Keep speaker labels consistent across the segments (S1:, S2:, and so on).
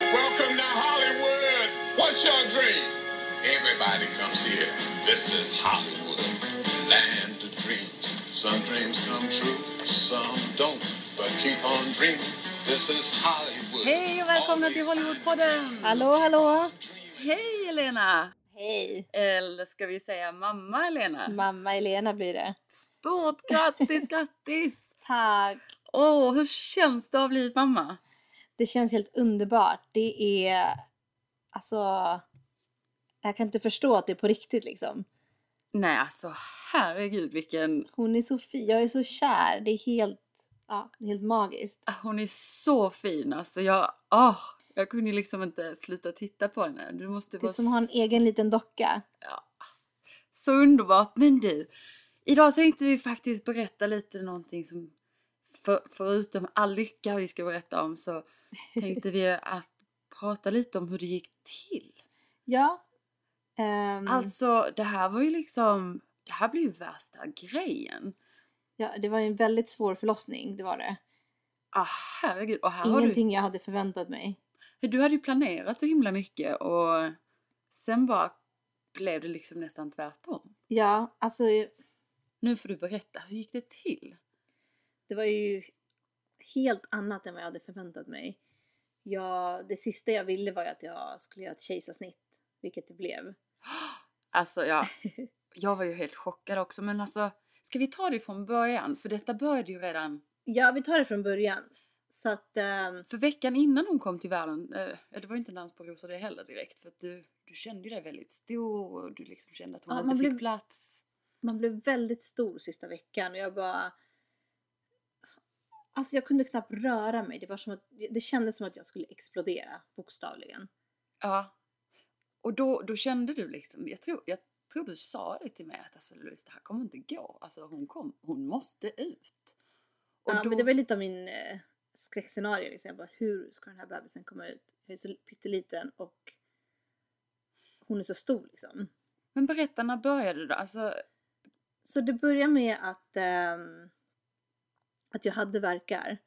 S1: Welcome to Hollywood. What's your dream? Everybody comes here. This is Hollywood, land of dreams. Some dreams come true, some don't. But keep on dreaming. This is Hollywood.
S2: Hej och välkomna till Hollywoodpodden!
S3: Hallå, hallå!
S2: Hej Elena!
S3: Hej!
S2: Eller ska vi säga mamma Elena?
S3: Mamma Elena blir det.
S2: Stort grattis, grattis!
S3: Tack!
S2: Åh, hur känns det att ha blivit mamma?
S3: Det känns helt underbart. Det är... Alltså... Jag kan inte förstå att det är på riktigt liksom.
S2: Nej, alltså herregud vilken...
S3: Hon är så fin. Jag är så kär. Det är helt... Ja, det är helt magiskt.
S2: Hon är så fin alltså. Jag, åh, jag kunde ju liksom inte sluta titta på henne. Du måste
S3: Det är
S2: vara
S3: som att ha en egen liten docka.
S2: så underbart. Men du, idag tänkte vi faktiskt berätta lite någonting som för, förutom all lycka vi ska berätta om så tänkte vi att prata lite om hur det gick till.
S3: Ja. Ehm,
S2: Alltså det här var ju liksom, det här blev ju värsta grejen.
S3: ja. Det var ju en väldigt svår förlossning, det var det.
S2: Ah herregud. Och här
S3: Ingenting jag hade förväntat mig.
S2: har du, du hade ju planerat så himla mycket och sen bara blev det liksom nästan tvärtom.
S3: Ja, alltså
S2: Nu får du berätta, hur gick det till?
S3: Det var ju helt annat än vad jag hade förväntat mig. Jag, det sista jag ville var ju att jag skulle göra ett kejsarsnitt, vilket det blev.
S2: Alltså ja, jag var ju helt chockad också men alltså ska vi ta det från början? För detta började ju redan
S3: Ja, vi tar det från början. Så att, ehm,
S2: för veckan innan hon kom till världen. Eh, det var ju inte en dans på rosor det heller direkt för att du, du kände ju dig väldigt stor och du liksom kände att hon
S3: Ja,
S2: inte
S3: man
S2: fick
S3: blev-
S2: plats.
S3: man blev väldigt stor sista veckan och jag bara... Alltså jag kunde knappt röra mig. Det, var som att, det kändes som att jag skulle explodera, bokstavligen.
S2: Ja. Och då, då kände du liksom, jag tror, jag tror du sa det till mig att alltså, Louise, det här kommer inte gå. Alltså hon, kom, hon måste ut. Och
S3: ja,
S2: då,
S3: men det var lite av min eh, skräckscenario. Liksom. Jag bara, hur ska den här bebisen komma ut? Jag är så pytteliten och hon är så stor liksom.
S2: men berätta, när började det då? Alltså,
S3: Så det började med att, ehm, att jag hade verkar.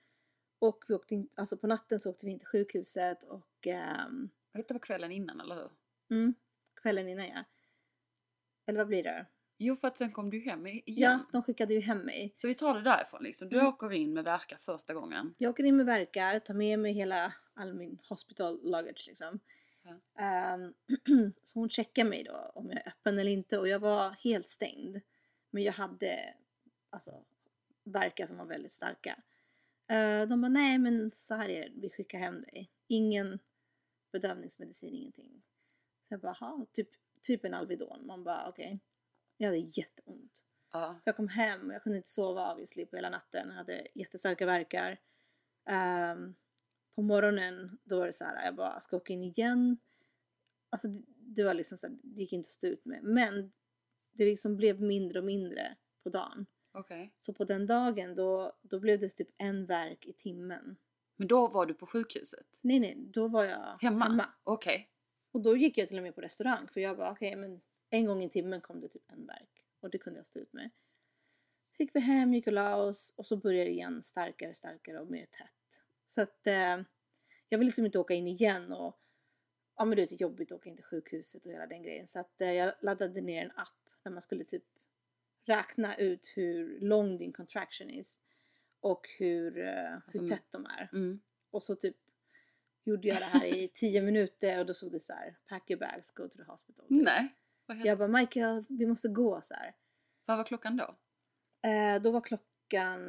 S3: Och vi åkte in, alltså på natten så åkte vi in till sjukhuset och ehm,
S2: detta var kvällen innan, eller hur?
S3: mm, kvällen innan ja. Eller vad blir det?
S2: Jo, för att sen kom du hem i-
S3: Ja, Mm.
S2: igen.
S3: de skickade ju hem mig.
S2: Så vi tar det därifrån liksom. Du åker in med verkar första gången.
S3: Jag åker in med verkar, tar med mig hela all min hospital luggage liksom.
S2: Ja.
S3: Ehm, så hon checkar mig då om jag är öppen eller inte och jag var helt stängd. Men jag hade alltså verkar som var väldigt starka. Eh, de bara nej men så här är det, vi skickar hem dig. Ingen bedövningsmedicin, ingenting. Så jag bara "Jaha, typ, typ en Alvedon. Man bara okej. Jag hade jätteont.
S2: Ja.
S3: Så jag kom hem och jag kunde inte sova obviously på hela natten. Jag hade jättestarka värkar. Ehm, på morgonen då var det så här, jag bara ska jag åka in igen. Alltså det, det var liksom så här, det gick inte att stå ut med. Men det liksom blev mindre och mindre på dagen.
S2: Okej.
S3: Så på den dagen då, då blev det typ en värk i timmen.
S2: Men då var du på sjukhuset?
S3: Nej nej, då var jag
S2: Hemma? Okej.
S3: Och då gick jag till och med på restaurang för jag bara okej men en gång i timmen kom det typ en verk och det kunde jag stå ut med. Fick vi hem, gick och la oss och så började det igen starkare, starkare och mer tätt. Så att eh, jag vill liksom inte åka in igen och ja men du vet det är jobbigt att åka in till sjukhuset och hela den grejen så att eh, jag laddade ner en app där man skulle typ räkna ut hur lång din contraction is. och hur, eh,
S2: Alltså,
S3: hur tätt de är.
S2: Mm.
S3: Och så typ gjorde jag det här i 10 minuter och då stod det så här: pack your bags, go to the hospital. typ.
S2: Nej. Vad, heter,
S3: Jag bara Michael, vi måste gå så här.
S2: vad var klockan då?
S3: Eh, då var klockan,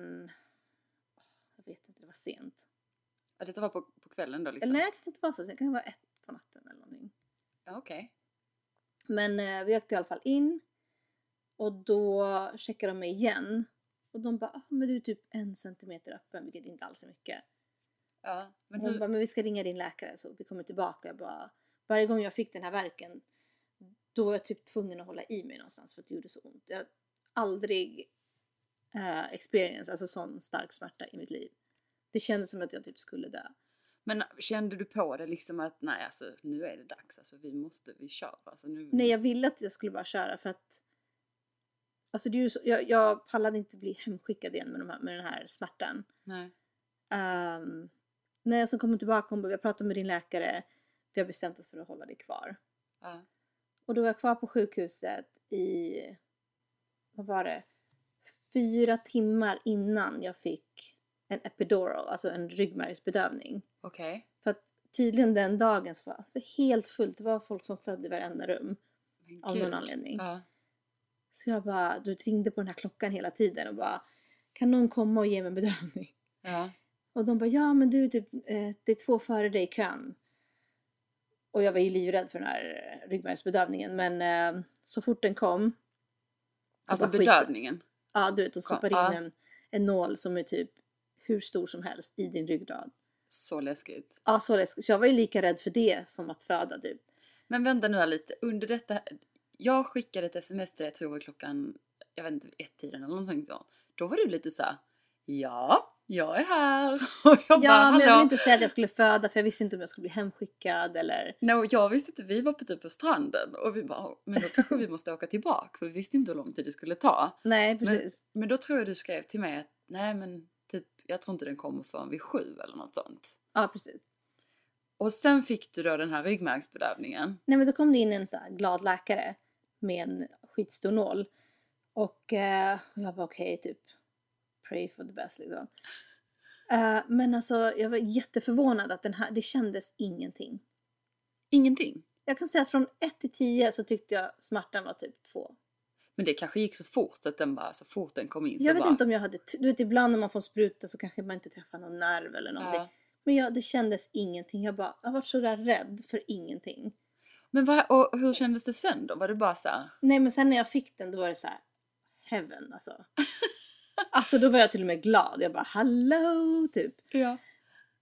S3: jag vet inte, det var sent.
S2: Ja, detta var på, på kvällen då liksom?
S3: Eller nej, det kan inte vara så sent, det kan vara ett på natten eller någonting.
S2: Ja, Okej.
S3: Men eh, vi åkte i alla fall in och då checkade de mig igen. Och de bara, ah, men du är typ en centimeter öppen, vilket inte alls är mycket.
S2: Ja, men
S3: Hon
S2: hur...
S3: bara, men vi ska ringa din läkare så vi kommer tillbaka. Jag bara, varje gång jag fick den här verken då var jag typ tvungen att hålla i mig någonstans för att det gjorde så ont. Jag har aldrig eh, experience, alltså sån stark smärta i mitt liv. Det kändes som att jag typ skulle dö.
S2: Mm. Men kände du på det liksom att nej alltså nu är det dags alltså vi måste, vi kör alltså nu.
S3: Nej, jag ville att jag skulle bara köra för att Alltså det är ju så, jag, jag pallade inte bli hemskickad igen med, de här, med den här smärtan.
S2: Nej.
S3: Ehm, när jag sen kom tillbaka hon bara, jag pratade med din läkare, vi har bestämt oss för att hålla dig kvar.
S2: Ja.
S3: Och då var jag kvar på sjukhuset i, vad var det, fyra timmar innan jag fick en epidural, alltså en ryggmärgsbedövning.
S2: Okej.
S3: För att tydligen den dagen så var alltså, det var helt fullt, det var folk som födde i varenda rum.
S2: Men
S3: Av
S2: gud.
S3: någon anledning.
S2: Ja.
S3: Så jag bara, du vet, ringde på den här klockan hela tiden och bara, kan någon komma och ge mig en bedömning?
S2: Ja.
S3: Och de bara, ja men du, typ, eh, det är två före dig i kön. Och jag var ju livrädd för den här eh, ryggmärgsbedövningen men eh, så fort den kom,
S2: Alltså
S3: bara skitsa-
S2: bedövningen.
S3: ja du vet, de
S2: Kom,
S3: stoppar in
S2: ja.
S3: en, en nål som är typ hur stor som helst i din ryggrad.
S2: Så läskigt.
S3: Ja så läskigt, så jag var ju lika rädd för det som att föda typ.
S2: Men vänta nu här lite, under detta, jag skickade ett sms till dig, jag tror det var klockan, jag vet inte, ett-tiden eller någonting sånt. Då var du lite såhär, ja, jag är här. Och jag bara,
S3: Ja men jag
S2: hallå.
S3: ville inte säga att jag skulle föda för jag visste inte om jag skulle bli hemskickad eller
S2: No, jag visste inte, vi var på typ på stranden och vi bara, men då kanske vi måste åka tillbaka för vi visste inte hur lång tid det skulle ta.
S3: nej
S2: Men,
S3: precis.
S2: men då tror jag du skrev till mig att nej men typ jag tror inte den kommer förrän vid sju eller något sånt.
S3: Ja precis.
S2: Och sen fick du då den här ryggmärgsbedövningen.
S3: Nej men då kom det in en så här glad läkare med en skitstor nål. Och eh, jag var okej typ, pray for the best liksom. Eh, men alltså jag var jätteförvånad att den här, det kändes ingenting.
S2: Ingenting.
S3: Jag kan säga att från 1 till 10 så tyckte jag smärtan var typ 2.
S2: Men det kanske gick så fort så att den bara, så fort den kom in så
S3: Jag vet
S2: bara,
S3: inte om jag hade, t- du vet ibland när man får spruta så kanske man inte träffar någon nerv eller någonting.
S2: Ja.
S3: Men jag, det kändes ingenting. Jag bara, jag har varit så där rädd för ingenting.
S2: Men vad, och hur kändes det sen då? Var det bara så här,
S3: Nej men sen när jag fick den då var det så här heaven alltså. alltså då var jag till och med glad. Jag bara hello typ.
S2: ja.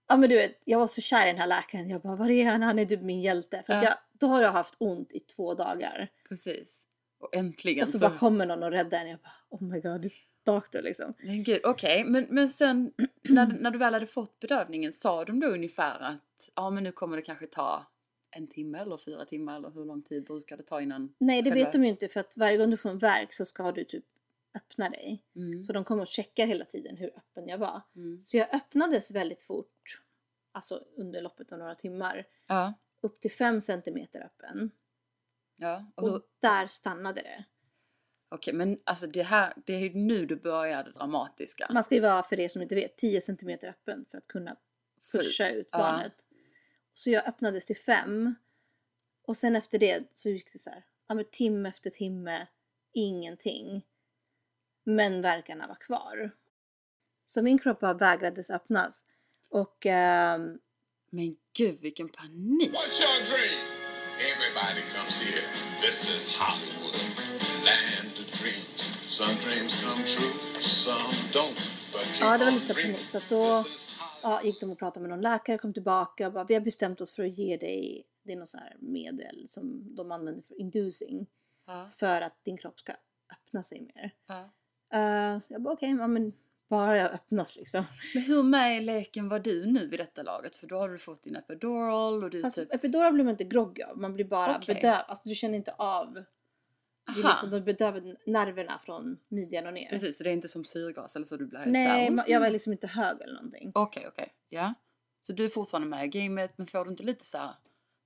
S3: Ja men du vet jag var så kär i den här läkaren. Jag bara var är han? Han är typ min hjälte. För att
S2: Ja.
S3: jag, då har jag haft ont i två dagar.
S2: precis. Och äntligen
S3: Och så,
S2: så,
S3: bara kommer någon och räddar en. Jag bara oh my god this doctor liksom.
S2: Men gud, okej. Men, men sen när, när du väl hade fått bedövningen, sa de då ungefär att ja men nu kommer det kanske ta en timme eller fyra timmar eller hur lång tid brukar det ta innan?
S3: Nej det
S2: själva-
S3: vet de ju inte för att varje gång du får en värk så ska du typ öppna dig.
S2: Mm.
S3: Så de kommer och checkar hela tiden hur öppen jag var.
S2: Mm.
S3: Så jag öppnades väldigt fort. Alltså under loppet av några timmar.
S2: Ja,
S3: Upp till 5 centimeter öppen.
S2: ja. Och hur,
S3: Och där stannade det.
S2: Okej, men alltså det här, det är ju nu du börjar det dramatiska.
S3: Man ska ju vara, för er som inte vet, 10 cm öppen för att kunna
S2: Få ut,
S3: pusha ut
S2: ja.
S3: barnet. Så jag öppnades till 5. Och sen efter det så gick det så här, ja men timme efter timme, ingenting. Men värkarna var kvar. Så min kropp bara vägrades öppnas. Och ehm,
S2: Men gud vilken panik!
S1: What's your dream? Everybody comes here. This is Hollywood, land of dreams. Some dreams come true, some don't. But keep
S3: ja, det var
S1: on
S3: lite så här
S1: dreaming.
S3: panik. Så att då
S1: This is Hollywood.
S3: ja, gick de och pratade med någon läkare, kom tillbaka och bara, vi har bestämt oss för att ge dig, det är något så här medel som de använder för inducing.
S2: Ja,
S3: för att din kropp ska öppna sig mer.
S2: ja.
S3: Eh, så jag bara okej, ja, men bara jag öppnas liksom.
S2: Men hur med i leken var du nu vid detta laget? För då har du fått din epidural och du
S3: Fast
S2: typ...
S3: Alltså, epidural blir man inte groggy av, man blir bara
S2: Okej.
S3: bedövad. Alltså du känner inte av, det är
S2: Aha.
S3: liksom, de bedövar nerverna från midjan och ner.
S2: Precis, Mm. så det är inte som syrgas eller så du blir helt
S3: eh, Nej,
S2: såhär...
S3: ma- jag var liksom inte hög eller någonting.
S2: Okej, okej. Ja. Så du är fortfarande med i gamet, men får du inte lite så här...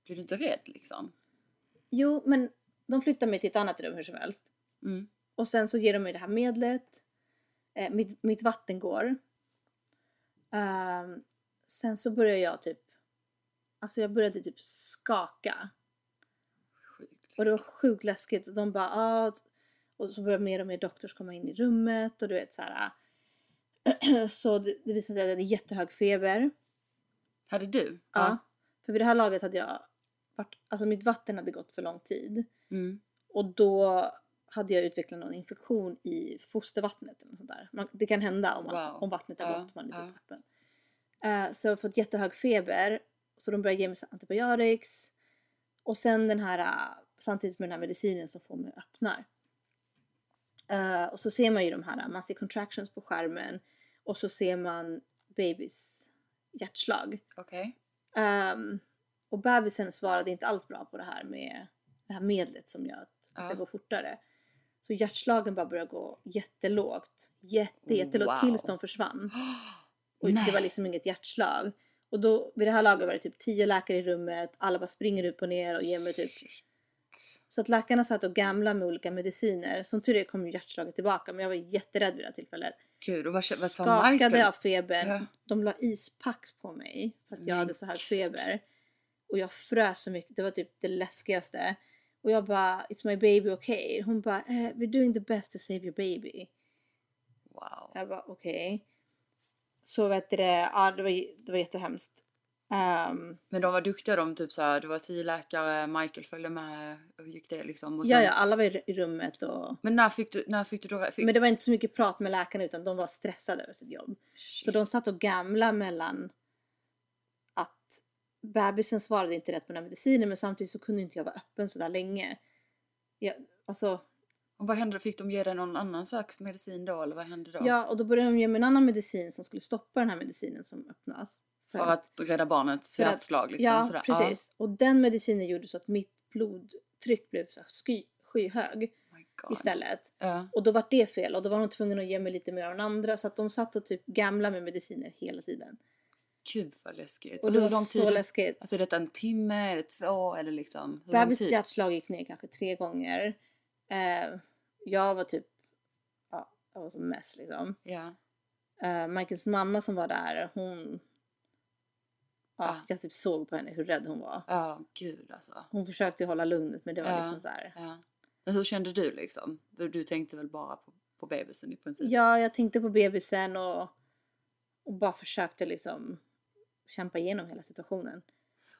S2: Blir du inte rädd liksom?
S3: Jo, men de flyttar mig till ett annat rum hur som helst.
S2: Mm.
S3: Och sen så ger de mig det här medlet. Eh, mitt, mitt vatten går. Ehm, sen så började jag typ, alltså jag började typ skaka.
S2: Sjukt.
S3: Och det var sjukt läskigt och de bara ah. Och så började mer och mer doktors komma in i rummet och du vet så här. äh, så det, det visade sig att jag hade jättehög feber.
S2: Hade du?
S3: Ja. För vid det här laget hade jag varit, alltså mitt vatten hade gått för lång tid.
S2: Mm.
S3: Och då hade jag utvecklat någon infektion i fostervattnet eller något sånt där. Man, det kan hända om, man,
S2: Wow.
S3: om vattnet har
S2: Ja,
S3: gått, man är typ
S2: ja.
S3: öppen. Eh, så jag har fått jättehög feber. Så de började ge mig så antibiotics. Och sen den här, eh, samtidigt med den här medicinen som får mig att öppnar. Eh, och så ser man ju de här, eh, man ser contractions på skärmen. Och så ser man babys hjärtslag.
S2: Okej.
S3: Ehm, och bebisen svarade inte alls bra på det här med det här medlet som gör att det ska
S2: Ja.
S3: gå fortare. Så hjärtslagen bara började gå jättelågt. Jätte, jättelågt
S2: Wow.
S3: tills de försvann. Och det
S2: Nej.
S3: var liksom inget hjärtslag. Och då, vid det här laget var det typ tio läkare i rummet. Alla bara springer upp och ner och ger mig typ... Så att läkarna satt och gamlade med olika mediciner. Som tur är kom ju hjärtslaget tillbaka men jag var jätterädd vid det här tillfället.
S2: Gud, och vad, vad sa Michael?
S3: Skakade av febern.
S2: Ja.
S3: De la ispacks på mig för att jag
S2: Men
S3: hade så här feber. Och jag frös så mycket. Det var typ det läskigaste. Och jag bara, it's my baby okay? Hon bara, eh, we're doing the best to save your baby.
S2: Wow.
S3: Jag bara, okej. Så vet du det, ja det var, det var jättehemskt. Ehm,
S2: Men de var duktiga de, typ såhär, det var tio läkare, Michael följde med, hur gick det liksom? Och sen,
S3: ja, ja, alla var i ru- i rummet och...
S2: Men när fick du, när fick du då, fick,
S3: Men det var inte så mycket prat med läkarna utan de var stressade över sitt jobb. Så de satt och gamla mellan att bebisen svarade inte rätt på den här medicinen men samtidigt så kunde inte jag vara öppen sådär länge. Jag, alltså,
S2: och vad hände då? Fick de ge dig någon annan slags medicin då eller vad hände då?
S3: ja, och då började de ge mig en annan medicin som skulle stoppa den här medicinen som öppnas.
S2: För att rädda barnets
S3: för att-
S2: hjärtslag liksom?
S3: ja,
S2: sådär.
S3: precis. Och den medicinen gjorde så att mitt blodtryck blev så här sky, skyhög
S2: Oh my God.
S3: istället.
S2: Ja.
S3: Och då var det fel och då var de tvungna att ge mig lite mer av den andra så att de satt och typ gamla med mediciner hela tiden.
S2: Gud vad läskigt.
S3: Och det var så läskigt.
S2: Alltså är detta en timme, är det två, eller liksom? Hur lång
S3: Bebis
S2: tid?
S3: hjärtslag gick ner kanske tre gånger. Eh, jag var typ, ja, jag var som mest liksom.
S2: Ja.
S3: Eh, Michaels mamma som var där, hon, ja,
S2: Ah.
S3: jag typ såg på henne hur rädd hon var.
S2: Ja, gud alltså.
S3: Hon försökte ju hålla lugnet men det var
S2: Ja.
S3: liksom så här.
S2: Ja. Men hur kände du liksom? Du, du tänkte väl bara på, på bebisen i princip?
S3: Ja, jag tänkte på bebisen och, och bara försökte liksom kämpa igenom hela situationen.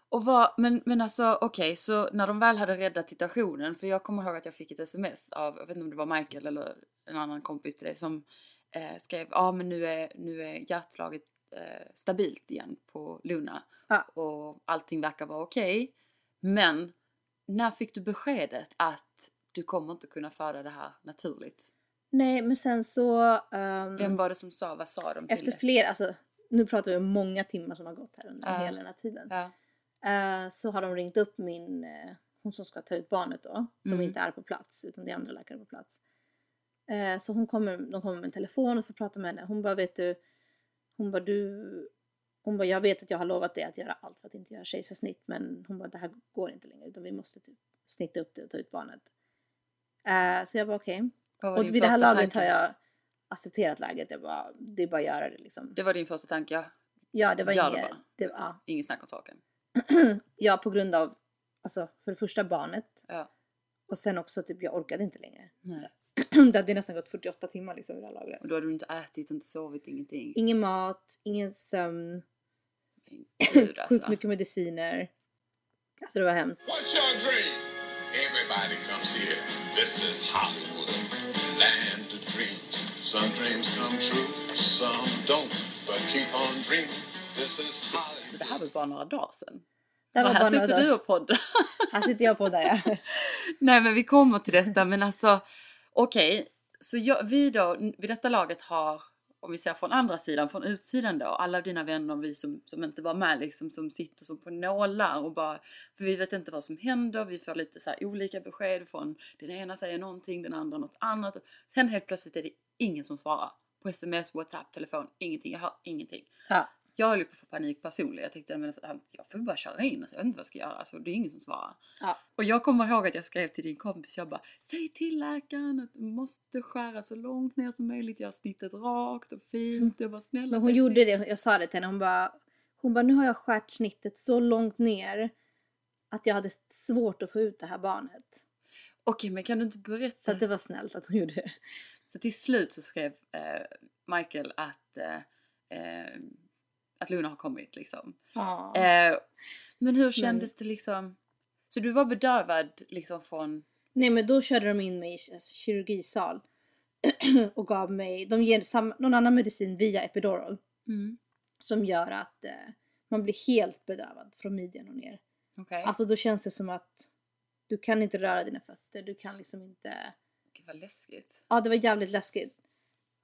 S2: Och vad, men, men alltså okej, så när de väl hade räddat situationen, för jag kommer ihåg att jag fick ett sms av, jag vet inte om det var Michael eller en annan kompis till dig som eh, skrev, ja ah, men nu är, nu är hjärtslaget eh, stabilt igen på Luna
S3: Ja.
S2: och allting verkar vara okej. Men när fick du beskedet att du kommer inte kunna föda det här naturligt?
S3: Nej, men sen så... ehm,
S2: Vem var det som sa, vad sa de till
S3: efter
S2: dig?
S3: flera, alltså nu pratar vi om många timmar som har gått här under
S2: Ja.
S3: hela den här tiden.
S2: Ja,
S3: Eh, så har de ringt upp min, eh, hon som ska ta ut barnet då, som
S2: Mm.
S3: inte är på plats utan det är andra läkare på plats. Eh, så hon kommer, de kommer med en telefon och får prata med henne. Hon bara vet du, hon bara du, hon bara jag vet att jag har lovat dig att göra allt för att inte göra kejsarsnitt men hon bara det här går inte längre utan vi måste typ snitta upp det och ta ut barnet. Eh, så jag bara okej.
S2: vad var
S3: Och
S2: din
S3: vid det här
S2: första
S3: laget
S2: tanke?
S3: har jag accepterat läget. Jag bara, det är bara att göra det liksom.
S2: Det var din första tanke, ja.
S3: ja, det var
S2: gör det
S3: inget.
S2: bara.
S3: Det, ja.
S2: Inget snack om saken.
S3: ja, på grund av, alltså för det första barnet
S2: Ja.
S3: och sen också typ jag orkade inte längre.
S2: Nej.
S3: det hade nästan gått 48 timmar liksom vid det här laget.
S2: Och då hade du inte ätit, inte sovit, ingenting.
S3: Ingen mat, ingen sömn,
S2: Gud
S3: sjukt
S2: alltså.
S3: mycket mediciner. Alltså det var hemskt.
S1: What's your dream? Everybody comes here. This is Hollywood, land of dreams. Some dreams come true, some don't. But keep on dreaming. This is Hollywood.
S2: Så det här var bara några dagar sedan.
S3: Där
S2: Och
S3: var
S2: här
S3: bara några
S2: sitter du
S3: dagar.
S2: och poddar.
S3: Här sitter jag på där ja.
S2: Nej men vi kommer till detta men alltså okej. Så jag, vi då, vid detta laget har, om vi ser från andra sidan, från utsidan då, alla dina vänner och vi som, som inte var med liksom som sitter som på nålar och bara, för vi vet inte vad som händer, vi får lite så här olika besked från den ena säger någonting, den andra något annat. Sen helt plötsligt är det ingen som svarar. På sms, whatsapp, telefon, ingenting, jag hör ingenting.
S3: ja.
S2: Jag höll ju på att få panik personligen. Jag tänkte men alltså, jag får bara köra in. Alltså, jag vet inte vad jag ska göra. Alltså, det är ingen som svarar.
S3: Ja.
S2: Och jag kommer ihåg att jag skrev till din kompis. Jag bara säg till läkaren att du måste skära så långt ner som möjligt. Jag har snittet rakt och fint. Jag bara snälla.
S3: Men hon
S2: säg
S3: gjorde
S2: till."
S3: det, jag sa det till henne, hon bara, hon bara nu har jag skärt snittet så långt ner att jag hade svårt att få ut det här barnet.
S2: Okej men kan du inte berätta?
S3: Så att det var snällt att hon gjorde det.
S2: Så till slut så skrev eh, Michael att, eh, eh, att Luna har kommit liksom.
S3: Eh,
S2: Eh, men hur kändes det liksom? Så du var bedövad liksom från...
S3: Nej men då körde de in mig i k- kirurgisal och gav mig, de ger sam, någon annan medicin via epidural
S2: Mm.
S3: som gör att eh, man blir helt bedövad från midjan och ner.
S2: Okej.
S3: Alltså då känns det som att du kan inte röra dina fötter, du kan liksom inte...
S2: Gud vad läskigt.
S3: Ja det var jävligt läskigt.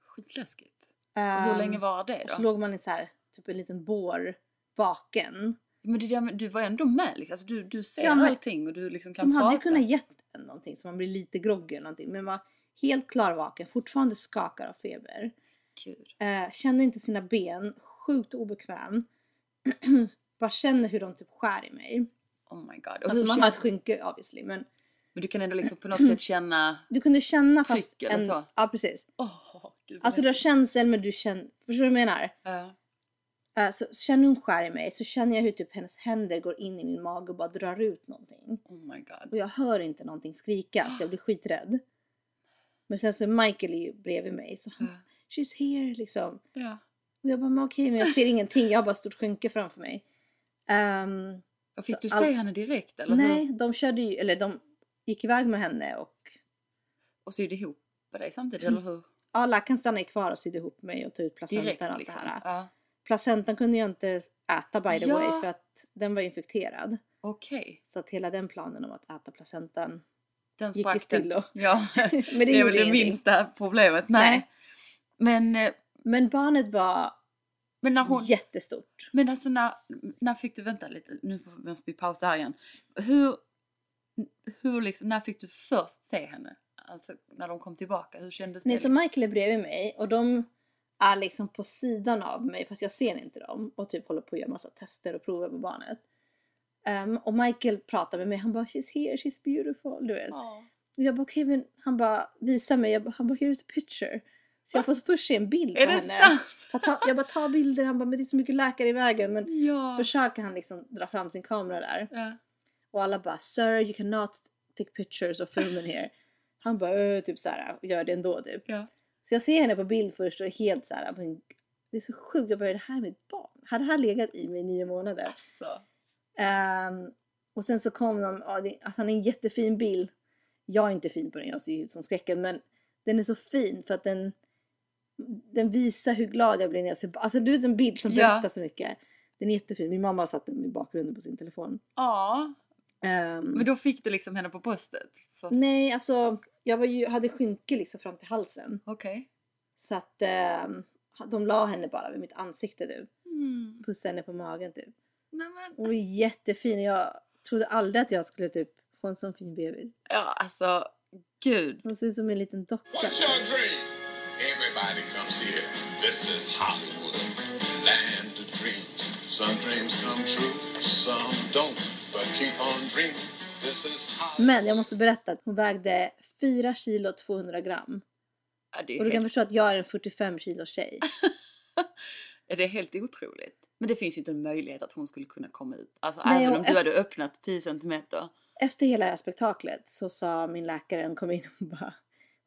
S2: Skitläskigt. Och hur
S3: Ehm,
S2: länge var det
S3: Och så
S2: då?
S3: låg man i så här, typ en liten bår vaken.
S2: Men det där, med- du var ändå med liksom. alltså, du, du ser
S3: Ja, men-
S2: allting och du liksom kan
S3: De hade ju
S2: prata.
S3: kunnat gett en någonting så man blir lite groggy eller någonting. Men var helt klarvaken, fortfarande skakar av feber.
S2: Gud.
S3: Eh, känner inte sina ben, sjukt obekväm. Bara känner hur de typ skär i mig.
S2: Oh my god. Och
S3: Alltså
S2: hur
S3: man
S2: kän-
S3: har ett skynke obviously men
S2: Men du kan ändå liksom på något sätt känna...
S3: du kunde känna
S2: Tryck eller så?
S3: Ja precis.
S2: Åh, gud vad
S3: Alltså du har
S2: läskigt.
S3: känsel men du känner, förstår du vad jag menar?
S2: Ja.
S3: Eh, så så känner hon skär i mig så känner jag hur typ hennes händer går in i min mage och bara drar ut någonting.
S2: Oh my god.
S3: Och jag hör inte någonting skrika så jag blir skiträdd. Men sen så Michael är ju bredvid mig så
S2: Mm.
S3: han She's here liksom.
S2: Ja.
S3: Och jag bara men okej men jag ser ingenting. Jag har bara stort skynke framför mig. Ehm,
S2: Och Fick
S3: Så
S2: du
S3: allt-
S2: se henne direkt eller? hur?
S3: nej de körde ju, eller de gick iväg med henne och
S2: och sydde ihop dig samtidigt,
S3: Mm.
S2: eller hur?
S3: ja läkaren stannade kvar och sydde ihop mig och tog ut placentan och
S2: Direkt
S3: allt
S2: liksom.
S3: det här.
S2: Ja.
S3: Placentan kunde jag inte äta by the
S2: Ja.
S3: way för att den var infekterad.
S2: Okej.
S3: Så att hela den planen om att äta placentan.
S2: Den
S3: Gick i
S2: sprack
S3: spillo.
S2: Den. Ja.
S3: Men
S2: det är väl
S3: gjorde
S2: det
S3: ingenting.
S2: minsta problemet. Nej.
S3: Nej.
S2: Men, eh,
S3: Men barnet var
S2: men när hon...
S3: jättestort.
S2: Men alltså när, när fick du, vänta lite, nu måste vi pausa här igen. Hur, hur liksom, när fick du först se henne? Alltså när de kom tillbaka, hur kändes
S3: Nej,
S2: det? Liksom?
S3: så Michael är bredvid mig och de är liksom på sidan av mig fast jag ser inte dem och typ håller på att göra massa tester och prover på barnet. Ehm, och Michael pratar med mig, han bara “She's here, she's beautiful”, du vet.
S2: Ja.
S3: Och jag bara okej men han bara visar mig, jag bara, han bara “Here's the picture”. Så jag får först se en bild
S2: Är
S3: på
S2: det
S3: henne.
S2: sant?
S3: För att han, jag bara tar bilder, han bara “Men det är så mycket läkare i vägen” men
S2: Ja.
S3: försöker han liksom dra fram sin kamera där.
S2: Ja.
S3: Och alla bara “Sir, you cannot take pictures of filmen here”. Han bara "Öh", typ såhär, gör det ändå typ.
S2: ja.
S3: Så jag ser henne på bild först och är helt så här, men det är så sjukt, jag började det här är mitt barn. Hade det här legat i mig i nio månader?
S2: Alltså.
S3: Ehm, och sen så kom de, ja, det, alltså han är en jättefin bild. Jag är inte fin på den, jag ser ju ut som skräcken, men den är så fin för att den, den visar hur glad jag blir när jag ser Alltså du vet en bild som
S2: Ja.
S3: berättar så mycket. Den är jättefin, min mamma har satt den i bakgrunden på sin telefon.
S2: Ja.
S3: Ehm,
S2: Men då fick du liksom henne på bröstet? Först.
S3: nej, alltså jag var ju, hade skynke liksom fram till halsen.
S2: Okej.
S3: Så att ehm, de la henne bara vid mitt ansikte typ.
S2: Mm.
S3: pussa henne på magen typ.
S2: Nej men.
S3: Hon var jättefin och jag trodde aldrig att jag skulle typ få en sån fin bebis.
S2: Ja alltså, gud.
S3: Hon ser ut som en liten docka. typ.
S1: What's your dream? Everybody comes here. This is Hollywood, land of dreams. Some dreams come true, some don't. But keep on dreaming. This is Hollywood.
S3: Men jag måste berätta att hon vägde 4 kilo och 200 gram.
S2: Ja, det är
S3: Och du kan
S2: helt
S3: förstå att jag är en 45 kilo tjej.
S2: Ja, Det är helt otroligt. Men det finns ju inte en möjlighet att hon skulle kunna komma ut. Alltså
S3: Nej,
S2: även
S3: och
S2: om du
S3: efter-
S2: hade öppnat 10 centimeter.
S3: Efter hela det här spektaklet så sa min läkare, hon kom in och bara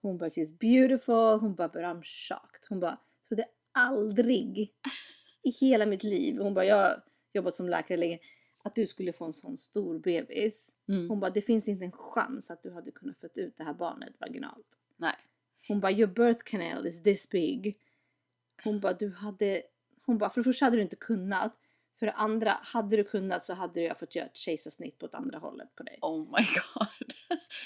S3: Hon bara she's beautiful, hon bara but I'm shocked. Hon bara trodde aldrig i hela mitt liv, hon bara jag har jobbat som läkare länge, att du skulle få en sån stor bebis. Hon bara det finns inte en chans att du hade kunnat få ut det här barnet vaginalt.
S2: Nej.
S3: Hon bara your birth canal is this big. Hon bara du hade, hon bara för det första hade du inte kunnat. För det andra, hade du kunnat så hade jag fått göra ett kejsarsnitt på ett andra hållet på dig.
S2: Oh my god.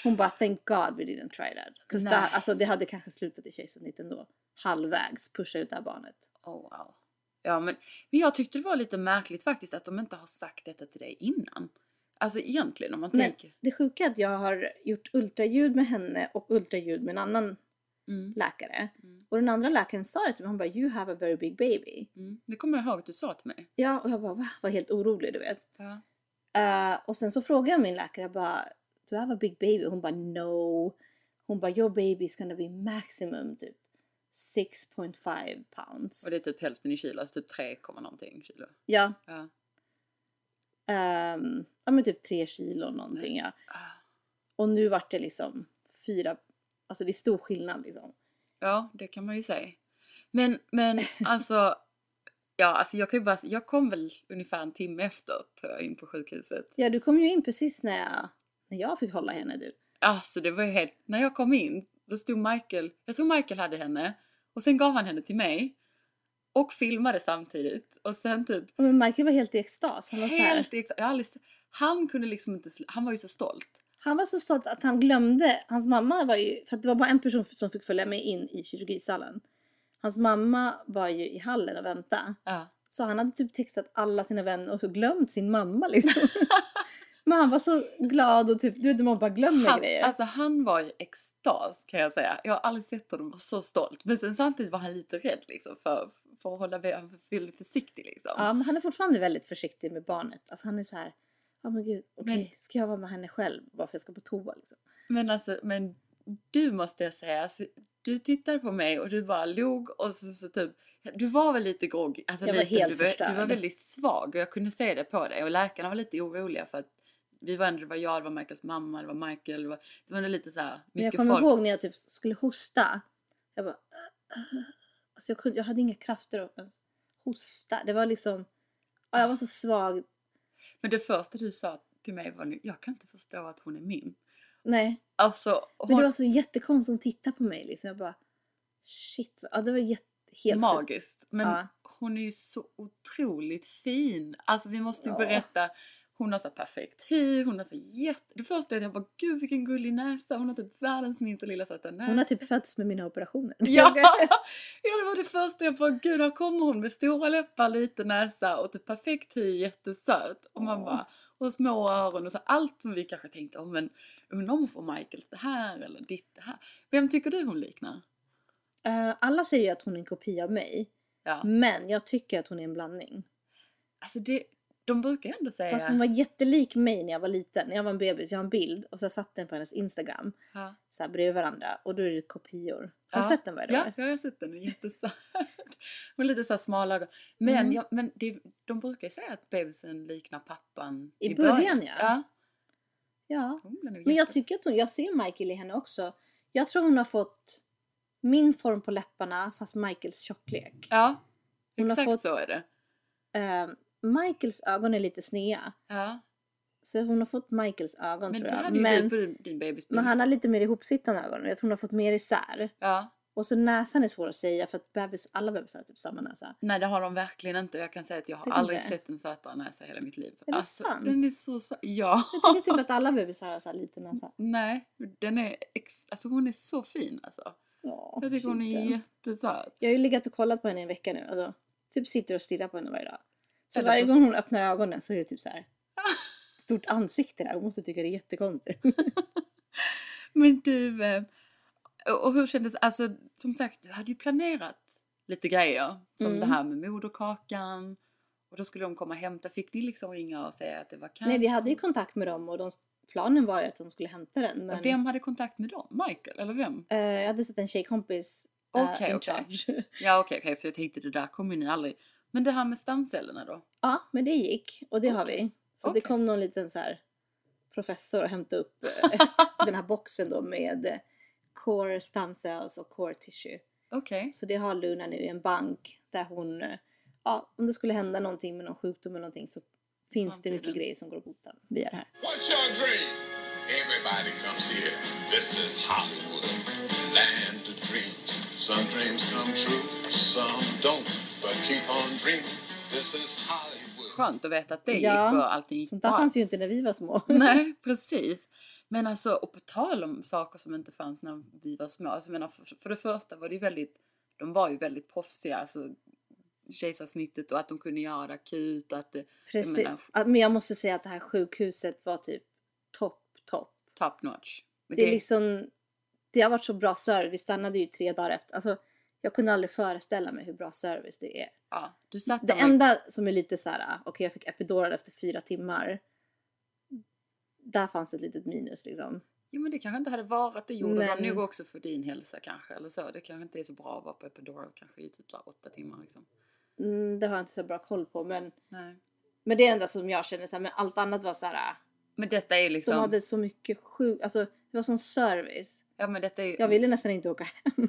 S3: Hon bara thank God we didn't try that. 'Cause
S2: Nej.
S3: Det, alltså, det hade kanske slutat i kejsarsnitt ändå. Halvvägs pusha ut det här barnet.
S2: Oh wow. Ja men, men jag tyckte det var lite märkligt faktiskt att de inte har sagt detta till dig innan. Alltså egentligen om man
S3: Men
S2: tänker.
S3: det sjuka är att jag har gjort ultraljud med henne och ultraljud med en annan
S2: Mm.
S3: läkare.
S2: Mm.
S3: Och den andra läkaren sa det till mig, hon bara “You have a very big baby”.
S2: Mm. Det kommer jag ihåg att du sa till mig.
S3: Ja, och jag bara “Va?” var helt orolig du vet.
S2: Ja.
S3: Eh, och sen så frågade jag min läkare jag bara, du have a big baby? Hon bara no. Hon bara your baby is gonna be maximum typ 6.5 pounds.
S2: Och det är typ hälften i kilo, alltså typ 3, komma någonting kilo.
S3: Ja,
S2: Ja.
S3: ehm, ja men typ 3 kilo någonting ja.
S2: Ah.
S3: Och nu vart det liksom 4, alltså det är stor skillnad liksom.
S2: Ja, det kan man ju säga. Men, men alltså, ja, alltså jag kan ju bara, jag kom väl ungefär en timme efter tror jag in på sjukhuset.
S3: Ja du kom ju in precis när jag, när jag fick hålla henne du.
S2: Alltså det var ju helt, när jag kom in, då stod Michael, jag tror Michael hade henne och sen gav han henne till mig och filmade samtidigt och sen typ
S3: Ja, Men Michael var helt i extas. Han var, så här,
S2: helt ex- jag har aldrig, se- han kunde liksom inte, sl- han var ju så stolt.
S3: han var så stolt att han glömde, hans mamma var ju, för att det var bara en person som fick följa med in i kirurgisalen. Hans mamma var ju i hallen och väntade.
S2: Ja.
S3: Så han hade typ textat alla sina vänner och så glömt sin mamma liksom. Men han var så glad och typ, du vet när man bara glömmer
S2: Han,
S3: grejer.
S2: alltså han var ju extas kan jag säga. Jag har aldrig sett honom vara så stolt. Men sen samtidigt var han lite rädd liksom för, för att hålla med, han ville försiktig liksom.
S3: ja, men han är fortfarande väldigt försiktig med barnet. Alltså han är så här, ja men gud, okej,
S2: Men-
S3: ska jag vara med henne själv bara för jag ska på toa liksom?
S2: Men alltså, men du måste jag säga, alltså, du tittade på mig och du bara log och så, så typ, du var väl lite groggy, alltså
S3: Jag var
S2: lite,
S3: helt
S2: du, var, du var
S3: förstörd.
S2: väldigt svag och jag kunde se det på dig och läkarna var lite oroliga för att vi var ändå, det var jag, det var Michaels mamma, det var Michael, det var, det var ändå lite så här,
S3: Men jag
S2: mycket
S3: kommer
S2: folk.
S3: ihåg när jag typ skulle hosta. Jag bara... Alltså jag, kunde, jag hade inga krafter att ens hosta. Det var liksom... Ja, jag var så svag.
S2: Men det första du sa till mig var nu, jag kan inte förstå att hon är min.
S3: Nej.
S2: Alltså,
S3: Men det
S2: hon,
S3: var så jättekonstigt. Hon tittade på mig liksom. Jag bara... Shit. vad- Ja, det var jätte, helt sjukt.
S2: magiskt. Men
S3: Ja.
S2: hon är ju så otroligt fin. Alltså vi måste ju
S3: Ja.
S2: berätta. Hon har så här perfekt hy, hon har så här jätte... Det första är att jag bara gud vilken gullig näsa, hon har typ världens minsta lilla söta näsa.
S3: Hon har typ fötts med mina operationer.
S2: Ja! ja, det var det första jag bara gud här kommer hon med stora läppar, liten näsa och typ perfekt hy, jättesöt. Och man bara, och små öron och så allt som vi kanske tänkte, oh, men undrar om hon får Michaels det här eller ditt det här. Vem tycker du hon liknar?
S3: Eh, alla säger ju att hon är en kopia av mig.
S2: Ja.
S3: Men jag tycker att hon är en blandning.
S2: Alltså det, de brukar ändå säga...
S3: Fast hon var jättelik mig när jag var liten. När jag var en bebis. Jag har en bild och så satt den på hennes Instagram.
S2: Ja.
S3: så här bredvid varandra och då är det kopior. Har du sett den by the
S2: Ja,
S3: way?
S2: jag har sett den. Den är jättesöt. Hon är lite så här smala ögon. Men,
S3: Mm.
S2: ja, men det, de brukar ju säga att bebisen liknar pappan
S3: I början, ja.
S2: ja.
S3: Ja.
S2: hon blir nog
S3: Men jag
S2: jätte-
S3: tycker att hon, jag ser Michael i henne också. Jag tror hon har fått min form på läpparna fast Michaels tjocklek.
S2: Ja,
S3: Hon har
S2: exakt
S3: fått-
S2: så är det.
S3: Ehm, Michaels ögon är lite snea.
S2: Ja.
S3: Så hon har fått Michaels ögon
S2: Men
S3: tror
S2: det
S3: jag.
S2: hade ju
S3: Men,
S2: du på din, din bebis.
S3: men han har lite mer ihopsittande ögon och jag tror hon har fått mer isär.
S2: Ja.
S3: Och så näsan är svår att säga för att bebis, alla bebisar har typ samma näsa.
S2: Nej, det har de verkligen inte. Jag kan säga att jag har
S3: Tycker du
S2: aldrig
S3: det?
S2: sett en sötare näsa i hela mitt liv. Alltså,
S3: det sant?
S2: Den är så söt. Ja.
S3: Jag tycker typ att alla bebisar har så här liten näsa.
S2: Nej, den är... Ex... Alltså hon är så fin alltså.
S3: Ja,
S2: Jag tycker hon är
S3: liten.
S2: jättesöt.
S3: Jag har ju legat och kollat på henne i en vecka nu och då typ sitter och stirrar på henne varje dag. Så
S2: Eller
S3: varje
S2: på-
S3: gång hon öppnar ögonen så är det typ så här stort ansikte där. Hon måste tycka det är jättekonstigt.
S2: Men du, eh, och och hur kändes, alltså som sagt du hade ju planerat lite grejer. Som
S3: Mm.
S2: det här med moderkakan. Och då skulle de komma och hämta. Fick ni liksom ringa och säga att det var cancer?
S3: Nej, vi hade ju kontakt med dem och de, planen var ju att de skulle hämta den. Men
S2: Men... Vem hade kontakt med dem? Michael eller vem?
S3: eh, jag hade sett en tjejkompis eh,
S2: Okej,
S3: in
S2: okej.
S3: charge.
S2: Ja okej, okej för jag tänkte det där kommer ju ni aldrig. Men det här med stamcellerna då?
S3: ja, men det gick och det har
S2: Okej.
S3: vi. Så
S2: Okej.
S3: det kom någon liten så här professor och hämtade upp eh, den här boxen då med eh, core stem cells och core tissue.
S2: Okej.
S3: Så det har Luna nu i en bank där hon, eh, ja om det skulle hända någonting med någon sjukdom eller någonting så finns
S2: Framtiden.
S3: det mycket grejer som går att bota via det här.
S1: What's your dream? Everybody comes here. This is Hollywood, land of dreams. Some dreams come true, some don't. But keep on dreaming. This is Hollywood.
S2: Skönt att veta att det gick och allting gick
S3: sånt där
S2: bra.
S3: fanns ju inte när vi var små.
S2: Nej, precis. Men alltså, och på tal om saker som inte fanns när vi var små. Alltså, jag menar, för, för det första var det ju väldigt, de var ju väldigt proffsiga. Alltså, kejsarsnittet och att de kunde göra det akut och att det
S3: Precis.
S2: menar-
S3: Ja, Men jag måste säga att det här sjukhuset var typ topp, topp.
S2: top notch. Men
S3: Det är liksom det har varit så bra service. Vi stannade ju tre dagar efter. Alltså, jag kunde aldrig föreställa mig hur bra service det är.
S2: Ja, du satt
S3: Det
S2: där med-
S3: enda som är lite så här, ah, okej jag fick epidural efter fyra timmar. Där fanns ett litet minus liksom.
S2: Jo men det kanske inte hade varit det gjorde
S3: Men-
S2: de nog också för din hälsa kanske eller så. Det kanske inte är så bra att vara på epidural kanske i typ så här åtta timmar liksom.
S3: Mm, det har jag inte så bra koll på men,
S2: Nej.
S3: men det är det enda som jag känner så här, men allt annat var så här. ah,
S2: Men detta är
S3: De
S2: liksom,
S3: hade så mycket sjuk, alltså det var sån service.
S2: ja men detta är ju,
S3: Jag ville nästan inte åka hem.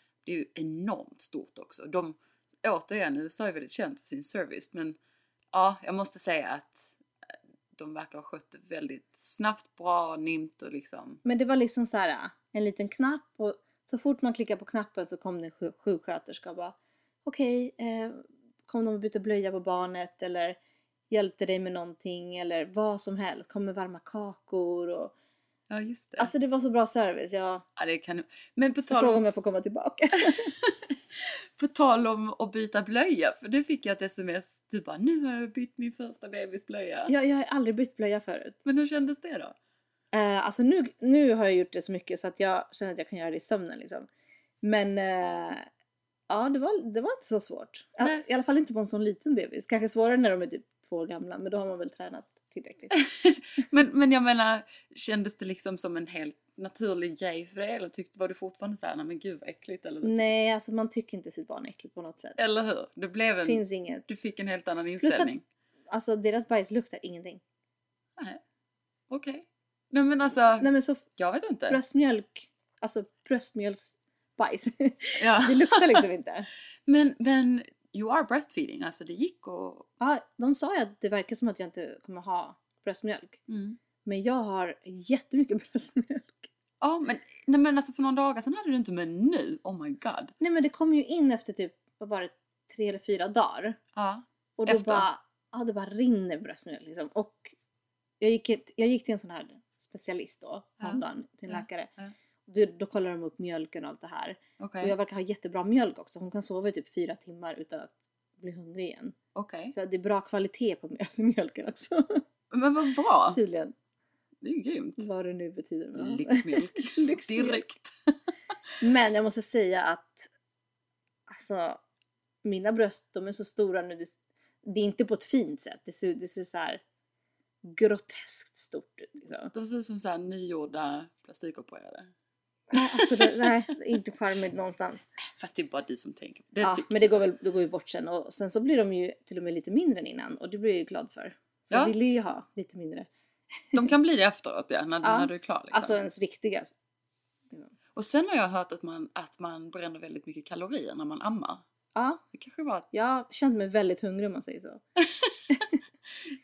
S2: det är ju enormt stort också. De, återigen, USA är väldigt känt för sin service. Men ja, jag måste säga att eh, de verkar ha skött det väldigt snabbt, bra, nymt och liksom.
S3: Men det var liksom så här en liten knapp och så fort man klickade på knappen så kom det en sju- sjuksköterska och bara okej, eh, kom de och bytte blöja på barnet eller hjälpte dig med någonting eller vad som helst, kom med varma kakor och
S2: Ja, just det.
S3: alltså det var så bra service. Jag
S2: ja, det kan... Men på tal,
S3: frågade om
S2: om,
S3: jag får komma tillbaka.
S2: på tal om att byta blöja, för nu fick jag ett sms. Du bara, nu har jag bytt min första bebisblöja.
S3: jag, jag har aldrig bytt blöja förut.
S2: Men hur kändes det då?
S3: Eh, alltså nu, nu har jag gjort det så mycket så att jag känner att jag kan göra det i sömnen liksom. Men eh, ja, det var, det var inte så svårt. I-
S2: Nej.
S3: I alla fall inte på en sån liten bebis. Kanske svårare när de är typ två år gamla, men då har man väl tränat tillräckligt.
S2: men, men jag menar, kändes det liksom som en helt naturlig grej för dig? Eller tyckte, var du fortfarande såhär, nej men gud vad äckligt? Eller,
S3: Nej, alltså man tycker inte sitt barn är äckligt på något sätt.
S2: eller hur? Det blev
S3: Det
S2: en...
S3: finns inget.
S2: Du fick en helt annan
S3: att-
S2: inställning.
S3: Alltså deras bajs luktar ingenting.
S2: Nej. Okej. Nej men alltså,
S3: Nej men så f-
S2: jag vet inte.
S3: bröstmjölk, alltså bröstmjölksbajs.
S2: Ja.
S3: det luktar liksom inte.
S2: Men, men you are breastfeeding, alltså det gick och...
S3: Ja, de sa ju att det verkar som att jag inte kommer ha bröstmjölk.
S2: Mm.
S3: Men jag har jättemycket bröstmjölk.
S2: Ja men, nej men alltså för några dagar sedan hade du inte men nu, oh my god.
S3: Nej men det kom ju in efter typ, vad var det, tre eller fyra dagar.
S2: Ja.
S3: Och då
S2: Efter?
S3: bara, ja det bara rinner bröstmjölk liksom. Och jag gick, ett- jag gick till en sån här specialist då,
S2: Ja.
S3: häromdagen, till en
S2: Ja,
S3: läkare.
S2: ja.
S3: Då, då kollar de upp mjölken och allt det här.
S2: Okej.
S3: Och jag verkar ha jättebra mjölk också. Hon kan sova i typ fyra timmar utan att bli hungrig igen.
S2: Okej.
S3: Så det är bra kvalitet på mjöl- mjölken också.
S2: Men vad bra!
S3: Tydligen.
S2: Det är ju grymt.
S3: Vad det nu betyder. men-
S2: Lyxmjölk.
S3: Mm. Lyxmjölk.
S2: Direkt.
S3: Men jag måste säga att alltså mina bröst de är så stora nu. Det, det är inte på ett fint sätt. Det ser, det ser så här groteskt stort ut. Liksom.
S2: De ser ut som såhär nygjorda plastikopererade.
S3: Nej, Alltså, det, nej, det är inte charmigt någonstans.
S2: Fast det är typ- bara du som tänker. Det
S3: Ja,
S2: tycker
S3: men det går väl det går ju bort sen och sen så blir de ju till och med lite mindre än innan och det blir jag ju glad för.
S2: Ja.
S3: Jag ville ju ha lite mindre.
S2: De kan bli det efteråt ja, när,
S3: Ja.
S2: när du är klar. Liksom.
S3: Alltså ens riktiga.
S2: Och sen har jag hört att man, att man bränner väldigt mycket kalorier när man ammar.
S3: Ja,
S2: Det kanske var...
S3: jag kände mig väldigt hungrig om man säger så.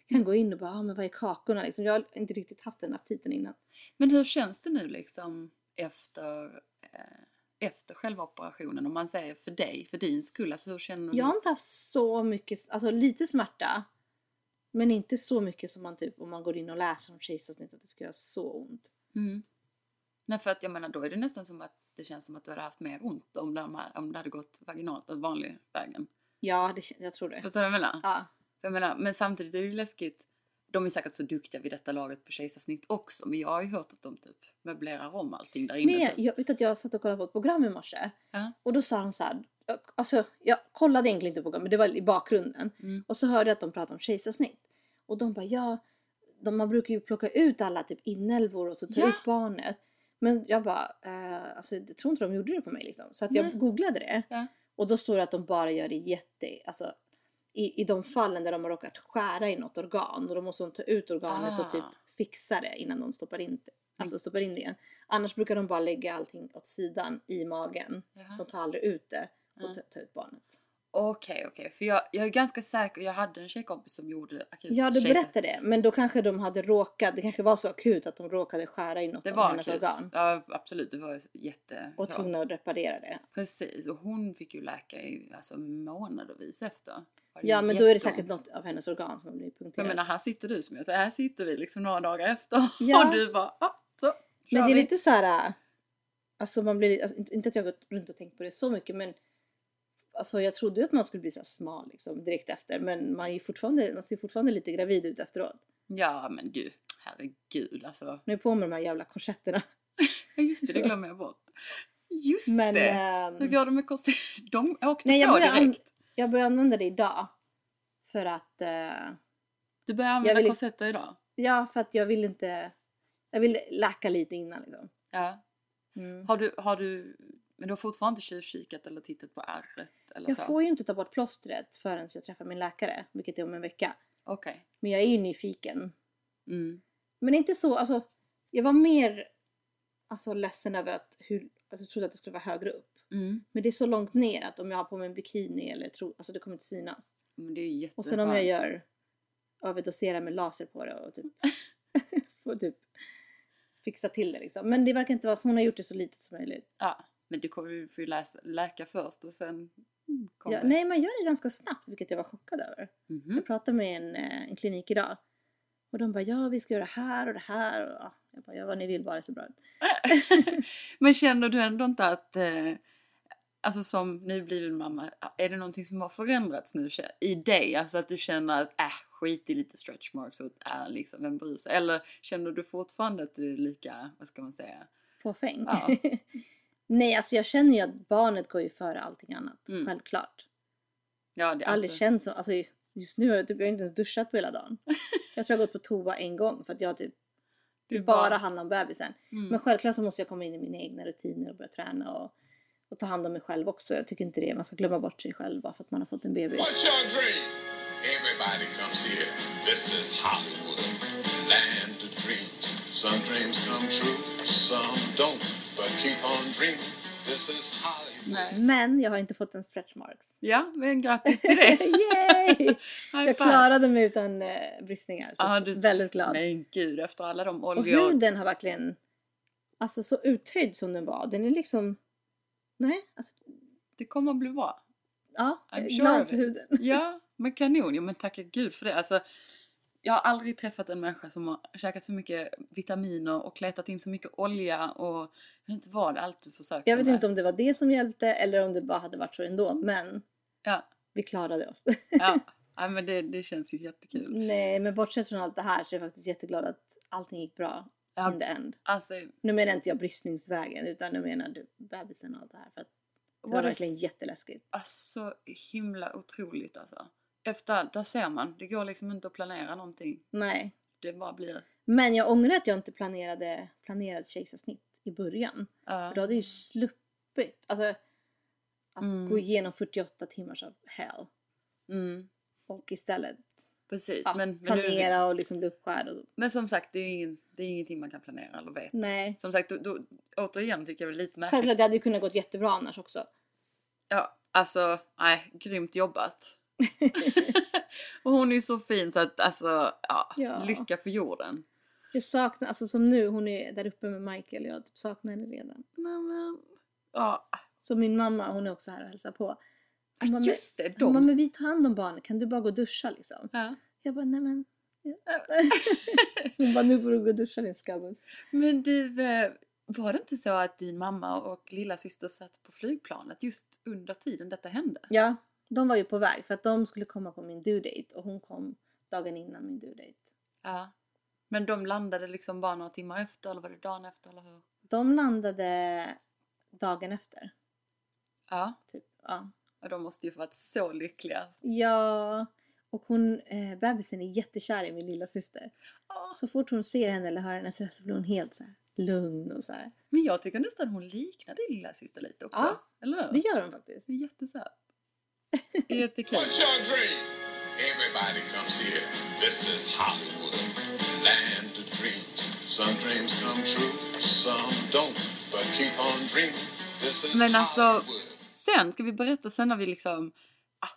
S3: kan gå in och bara, ah, men vad är kakorna liksom. Jag har inte riktigt haft den aptiten innan.
S2: Men hur känns det nu liksom efter, eh, efter själva operationen? Om man säger för dig, för din skull. Alltså hur känner du?
S3: Jag har inte haft så mycket, alltså lite smärta. Men inte så mycket som man typ om man går in och läser om kejsarsnitt att det ska göra så ont.
S2: Mm. Nej, för att jag menar då är det nästan som att det känns som att du hade haft mer ont om det, om det hade gått vaginalt, den vanliga vägen.
S3: Ja, det, jag tror det.
S2: Förstår du vad jag menar?
S3: Ja.
S2: För jag menar, men samtidigt är det ju läskigt. De är säkert så duktiga vid detta laget på kejsarsnitt också, men jag har ju hört att de typ möblerar om allting där inne.
S3: Nej,
S2: typ.
S3: jag, utan att jag satt och kollade på ett program i morse.
S2: Ja.
S3: Och då sa de så här, alltså jag kollade egentligen inte på programmet, det var i bakgrunden.
S2: Mm.
S3: Och så hörde jag att de pratade om kejsarsnitt. Och de bara, ja, de, man brukar ju plocka ut alla typ inälvor och så ta
S2: Ja.
S3: ut barnet. Men jag bara, eh, alltså jag tror inte de gjorde det på mig liksom. Så att jag
S2: Nej.
S3: googlade det.
S2: Ja.
S3: Och då står det att de bara gör det jätte, alltså i, i de fallen där de har råkat skära i något organ. Och då måste de ta ut organet och typ
S2: Ah.
S3: fixa det innan de stoppar in, alltså stoppar in det igen. Annars brukar de bara lägga allting åt sidan i magen.
S2: Jaha. Ah.
S3: De tar aldrig ut det och tar, tar ut barnet.
S2: Okej, okej. För jag, jag är ganska säker, jag hade en tjejkompis som gjorde akut
S3: Ja, du
S2: kejsars-
S3: berättade det. Men då kanske de hade råkat, det kanske var så akut att de råkade skära i något
S2: Det
S3: av
S2: var
S3: hennes
S2: akut.
S3: organ.
S2: Ja, absolut. Det var ju jätte...
S3: Och
S2: ja.
S3: tvungna att reparera det.
S2: Precis, och hon fick ju läka i alltså, månadervis efter. Var det
S3: Ja, men då är det
S2: jätteont.
S3: säkert något av hennes organ som har blivit
S2: Jag
S3: punkterat.
S2: menar, här sitter du som jag säger, här sitter vi liksom några dagar efter
S3: Ja.
S2: och du bara, ah, så kör
S3: Men det är
S2: vi.
S3: lite så här. äh, Alltså man blir alltså, inte- inte att jag har gått runt och tänkt på det så mycket men Alltså jag trodde ju att man skulle bli så här smal liksom direkt efter men man är ju fortfarande, man ser ju fortfarande lite gravid ut efteråt.
S2: Ja, men du, herregud alltså.
S3: Nu är jag på med de här jävla korsetterna.
S2: Ja, just det, det glömmer jag bort. Just
S3: Men,
S2: det!
S3: ehm,
S2: Hur går det med korsett? De åkte
S3: Nej jag
S2: på
S3: började, an-
S2: direkt.
S3: jag började använda det idag. För att, eh,
S2: Du börjar använda
S3: vill-
S2: korsetter idag?
S3: ja för att jag vill inte, jag vill läka lite innan liksom.
S2: Ja.
S3: Mm.
S2: Har du, har du, men du har fortfarande inte tjuvkikat eller tittat på ärret eller så?
S3: Jag får ju inte ta bort plåstret förrän jag träffar min läkare, vilket är om en vecka.
S2: Okej.
S3: Men jag är ju nyfiken
S2: Mm.
S3: Men inte så, alltså. Jag var mer alltså, ledsen över att hur, alltså, jag trodde att det skulle vara högre upp.
S2: Mm.
S3: Men det är så långt ner att om jag har på mig en bikini eller tro, alltså det kommer inte synas.
S2: Men det är ju
S3: Och sen om jag gör överdoserar med laser på det och typ, får typ fixa till det liksom. Men det verkar inte vara, hon har gjort det så litet som möjligt.
S2: Ja, men du kommer ju få ju läsa, läka först och sen kommer...
S3: Mm. Ja, nej man gör det ganska snabbt vilket jag var chockad över.
S2: Mhm.
S3: Jag pratade med en, eh, en klinik idag. Och de bara ja vi ska göra det här och det här och ja. Jag bara ja vad ni vill bara det ser bra ut.
S2: Men känner du ändå inte att, eh, alltså som nybliven mamma, är det någonting som har förändrats nu kä- i dig? Alltså att du känner att, äh, skit i lite stretch marks och att, äh, liksom, vem bryr sig? Eller känner du fortfarande att du är lika, vad ska man säga?
S3: fåfäng.
S2: Ja.
S3: Nej, alltså jag känner ju att barnet går ju före allting annat.
S2: Mm.
S3: Självklart.
S2: Ja, det,
S3: Jag har aldrig känt så. Alltså just nu har jag, typ, jag har inte ens duschat på hela dagen. jag tror jag har gått på toa en gång för att jag typ
S2: du Mm.
S3: bara handlar om bebisen. Men självklart så måste jag komma in i mina egna rutiner och börja träna och, och ta hand om mig själv också. Jag tycker inte det. Man ska glömma bort sig själv bara för att man har fått en bebis.
S1: What's your dream? Everybody comes here. This is Hollywood, land of dreams. Some dreams come true, some don't. But keep on dreaming. This is Hollywood.
S2: Nej.
S3: Men jag har inte fått en stretch marks.
S2: Ja, men grattis till det!
S3: Yay!
S2: High five.
S3: jag klarade mig utan eh, bristningar. Så
S2: Ja, du-
S3: väldigt glad.
S2: Men gud, efter alla de
S3: Och
S2: oljor...
S3: huden har verkligen, alltså så uthöjd som den var. Den är liksom, nej, alltså,
S2: Det kommer att bli bra.
S3: ja, jag
S2: I'm
S3: är
S2: sure
S3: Eh, glad
S2: of
S3: för
S2: it.
S3: huden.
S2: Ja, men kanon. Ja, men tacka gud för det. Alltså, jag har aldrig träffat en människa som har käkat så mycket vitaminer och kletat in så mycket olja och jag vet inte vad allt du försökte
S3: Jag vet
S2: med.
S3: inte om det var det som hjälpte eller om det bara hade varit så ändå, men
S2: Ja,
S3: vi klarade oss.
S2: ja. ja men det, det känns ju jättekul.
S3: nej, men bortsett från allt det här så är jag faktiskt jätteglad att allting gick bra
S2: Ja.
S3: in the end.
S2: Alltså,
S3: Nu menar inte jag bristningsvägen utan nu menar du bebisen och allt det här för att det var
S2: What a
S3: verkligen
S2: s-
S3: jätteläskigt.
S2: alltså himla otroligt alltså. Efter allt, där ser man. Det går liksom inte att planera någonting.
S3: Nej.
S2: Det bara blir...
S3: Men jag ångrar att jag inte planerade, planerade kejsarsnitt i början.
S2: Ja.
S3: För då hade jag ju sluppit alltså, att
S2: Mm.
S3: gå igenom 48 timmars av hell.
S2: Mm,
S3: Och istället
S2: precis.
S3: ja,
S2: men, men nu-
S3: planera och liksom bli uppskärd. Och,
S2: Men som sagt, det är, ingen, det är ingenting man kan planera eller vet.
S3: Nej.
S2: Som sagt, då, då, återigen tycker jag det är lite märkligt.
S3: självklart det hade ju kunnat gått jättebra annars också.
S2: Ja, alltså, nej, grymt jobbat. och hon är så fin så att alltså, ja,
S3: Ja.
S2: lycka på jorden.
S3: Jag saknar, alltså som nu, hon är där uppe med Michael, jag typ saknar henne redan.
S2: Men, men, ja.
S3: Så min mamma, hon är också här och hälsar på. Hon
S2: Ah,
S3: bara,
S2: just det,
S3: men,
S2: de.
S3: Hon bara, men vi tar hand om barnen, kan du bara gå och duscha liksom?
S2: Ja.
S3: Jag bara, nej men. ja." hon bara, nu får du gå och duscha din skabbus.
S2: Men du, eh, var det inte så att din mamma och lilla syster satt på flygplanet just under tiden detta hände?
S3: Ja, de var ju på väg för att de skulle komma på min due date och hon kom dagen innan min due date.
S2: Ja. Men de landade liksom bara några timmar efter, eller var det dagen efter, eller hur?
S3: De landade dagen efter.
S2: Ja.
S3: Typ. Ja.
S2: Och de måste ju ha varit så lyckliga.
S3: ja. Och hon, eh, bebisen är jättekär i min lilla syster.
S2: Ja.
S3: Så fort hon ser henne eller hör hennes röst så blir hon helt så här lugn och så här.
S2: Men jag tycker nästan hon liknar din lilla syster lite också.
S3: Ja,
S2: Eller hur?
S3: Det gör hon faktiskt.
S2: Det är jättesöt. Jättekul.
S1: What's your dream? Everybody comes here. This is Hollywood, land of dreams. Some dreams come true, some don't. But keep on dreaming. This is
S2: Men alltså,
S1: Hollywood.
S2: sen ska vi berätta sen när vi liksom... Ah,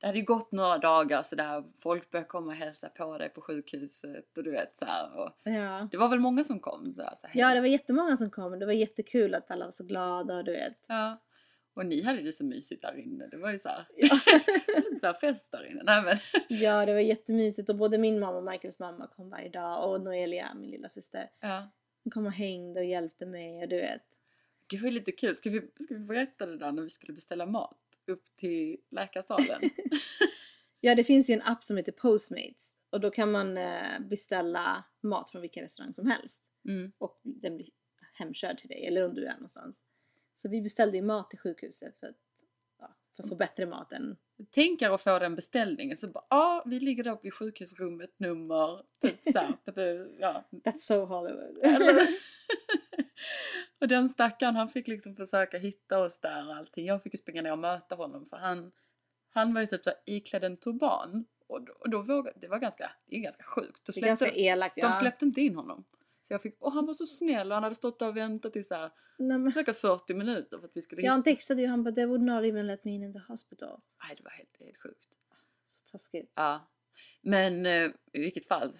S2: det hade ju gått några dagar så där folk började komma och hälsa på dig på sjukhuset och du vet så här, och
S3: Ja.
S2: Det var väl många som kom så här, så här.
S3: ja, det var jättemånga som kom och det var jättekul att alla var så glada och du vet.
S2: Ja. Och ni hade det så mysigt där inne. Det var ju så här, lite så här fest där inne. Nej, men.
S3: Ja, det var jättemysigt och både min mamma och Michaels mamma kom varje dag och Noelia, min lilla syster.
S2: Ja.
S3: Hon kom och hängde och hjälpte mig och du vet.
S2: Det var ju lite kul. Ska vi, ska vi berätta det där när vi skulle beställa mat upp till läkarsalen?
S3: Ja, det finns ju en app som heter Postmates och då kan man eh, beställa mat från vilken restaurang som helst
S2: Mm.
S3: och den blir hemkörd till dig eller om du är någonstans. Så vi beställde ju mat till sjukhuset för att, ja, för att få bättre mat än...
S2: Tänk er att få den beställningen. Så bara, ja, vi ligger då uppe i sjukhusrummet nummer, typ så här, på det- ja.
S3: That's so Hollywood.
S2: Eller? och den stackaren, han fick liksom försöka hitta oss där och allting. Jag fick ju springa ner och möta honom för han, han var ju typ så här iklädd en turban. Och då, och då vågade, det var ganska, det är ganska sjukt. Då
S3: Det är ganska elakt.
S2: de
S3: ja.
S2: släppte inte in honom. Så jag fick, och han var så snäll och han hade stått där och väntat i så här,
S3: Nej, men,
S2: säkert 40 minuter för att vi skulle
S3: ja,
S2: hitta.
S3: han textade ju han bara “They would not even let me in in the hospital”.
S2: Nej, det var helt, helt sjukt.
S3: Så taskigt.
S2: Ja. Men eh, i vilket fall,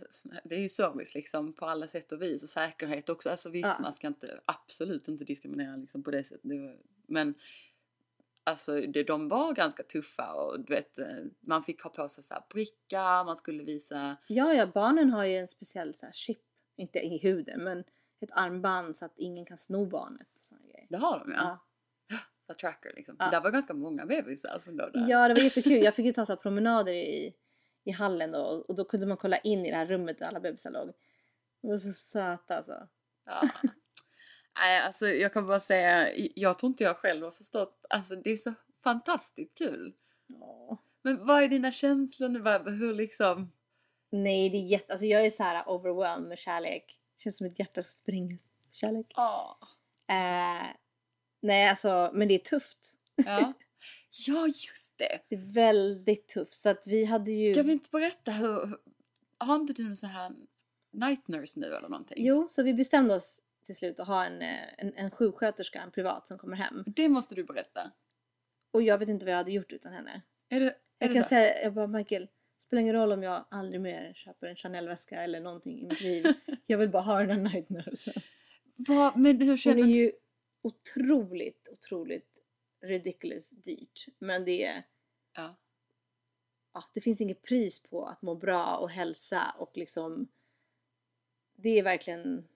S2: det är ju service liksom på alla sätt och vis och säkerhet också. Alltså visst,
S3: Ja.
S2: man ska inte, absolut inte diskriminera liksom på det sättet. Det var, men alltså det, de var ganska tuffa och du vet, eh, man fick ha på sig så här bricka, man skulle visa,
S3: Ja, ja, barnen har ju en speciell så här, chip, inte i huden, men ett armband så att ingen kan sno barnet. Och såna grejer.
S2: det har de ja.
S3: Ja.
S2: För tracker liksom.
S3: Ja.
S2: Det var ganska många bebisar som låg där.
S3: Ja, det var jättekul. Jag fick ju ta så här promenader i, i hallen då och då kunde man kolla in i det här rummet där alla bebisar låg. De var så söta alltså.
S2: Ja. Nej, alltså jag kan bara säga, jag tror inte jag själv har förstått, alltså det är så fantastiskt kul.
S3: Ja.
S2: Men vad är dina känslor nu? Vad- Hur liksom...
S3: Nej, det är jätte... Alltså jag är så här overwhelmed med kärlek. känns som ett hjärta som springer. Kärlek.
S2: Ja.
S3: Eh, nej, alltså, men det är tufft.
S2: Ja. ja, just det.
S3: Det är väldigt tufft. Så att vi hade ju...
S2: Ska vi inte berätta hur... Har inte du någon sån här night nurse nu eller någonting?
S3: Jo, så vi bestämde oss till slut att ha en, eh, en, en sjuksköterska, en privat, som kommer hem.
S2: Det måste du berätta.
S3: Och jag vet inte vad jag hade gjort utan henne.
S2: Är det, är
S3: Jag
S2: det
S3: kan
S2: så?
S3: säga, jag bara Michael, spelar ingen roll om jag aldrig mer köper en Chanel-väska eller någonting i mitt liv. jag vill bara ha den här night nursen.
S2: Vad, men hur
S3: Hon
S2: känner
S3: är
S2: du?
S3: ju otroligt, otroligt ridiculous dyrt. Men det är,
S2: Ja.
S3: ja, det finns inget pris på att må bra och hälsa och liksom det är verkligen,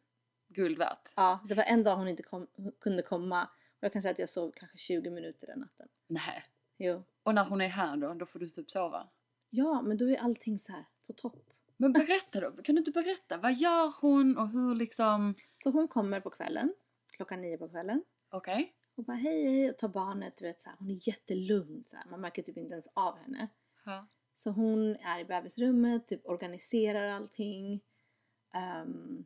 S2: Guld värt.
S3: ja, det var en dag hon inte kom, kunde komma och jag kan säga att jag sov kanske 20 minuter den natten.
S2: Nej.
S3: Jo.
S2: Och när hon är här då, då får du typ sova.
S3: Ja, men då är allting så här på topp.
S2: Men berätta då. Kan du inte berätta? Vad gör hon och hur liksom...
S3: Så hon kommer på kvällen, klockan nio på kvällen.
S2: Okej.
S3: Och bara hej hej och tar barnet, du vet så här, hon är jättelugn så här. man märker typ inte ens av henne.
S2: Ja.
S3: Så hon är i bebisrummet, typ organiserar allting. Ehm,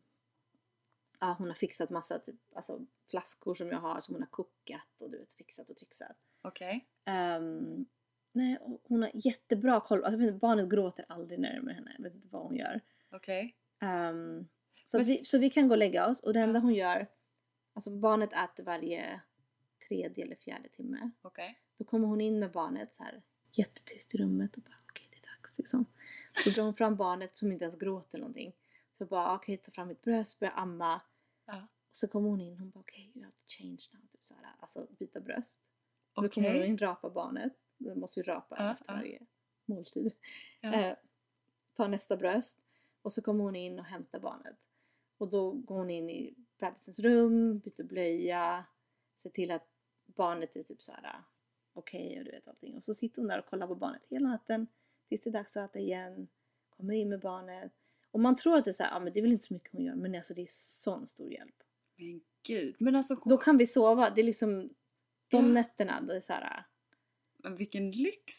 S3: ja, hon har fixat massa typ, alltså, flaskor som jag har som hon har kokat och du vet fixat och trixat.
S2: Okej.
S3: Ehm, nej, och hon har jättebra koll, alltså, jag vet inte, barnet gråter aldrig när det är med henne, jag vet inte vad hon gör.
S2: Okej.
S3: Ehm, så,
S2: Men
S3: att vi,
S2: s-
S3: så vi kan gå och lägga oss och det enda hon gör, alltså barnet äter varje tredje eller fjärde timme.
S2: Okej.
S3: Då kommer hon in med barnet så här jättetyst i rummet och bara okej det är dags liksom. Så drar hon fram barnet som inte ens gråter någonting. Så bara okej ta fram mitt bröst, börja amma.
S2: Ja.
S3: Och så kommer hon in hon bara okej you have to change now. Typ så här, alltså byta bröst. Och Då
S2: Okej.
S3: kommer hon in rapa barnet. Den måste ju rapa
S2: Ja,
S3: efter
S2: ja.
S3: varje måltid.
S2: Ja.
S3: Eh, tar nästa bröst. Och så kommer hon in och hämtar barnet. Och då går hon in i bebisens rum, byter blöja, ser till att barnet är typ så här okej och du vet allting. Och så sitter hon där och kollar på barnet hela natten tills det är dags att äta igen. Kommer in med barnet. Och man tror att det är så här, ja men det är väl inte så mycket hon gör men alltså det är sån stor hjälp.
S2: Men gud. Men alltså hon,
S3: Då kan vi sova, det är liksom de
S2: Ja.
S3: nätterna, det är så här, äh,
S2: men vilken lyx!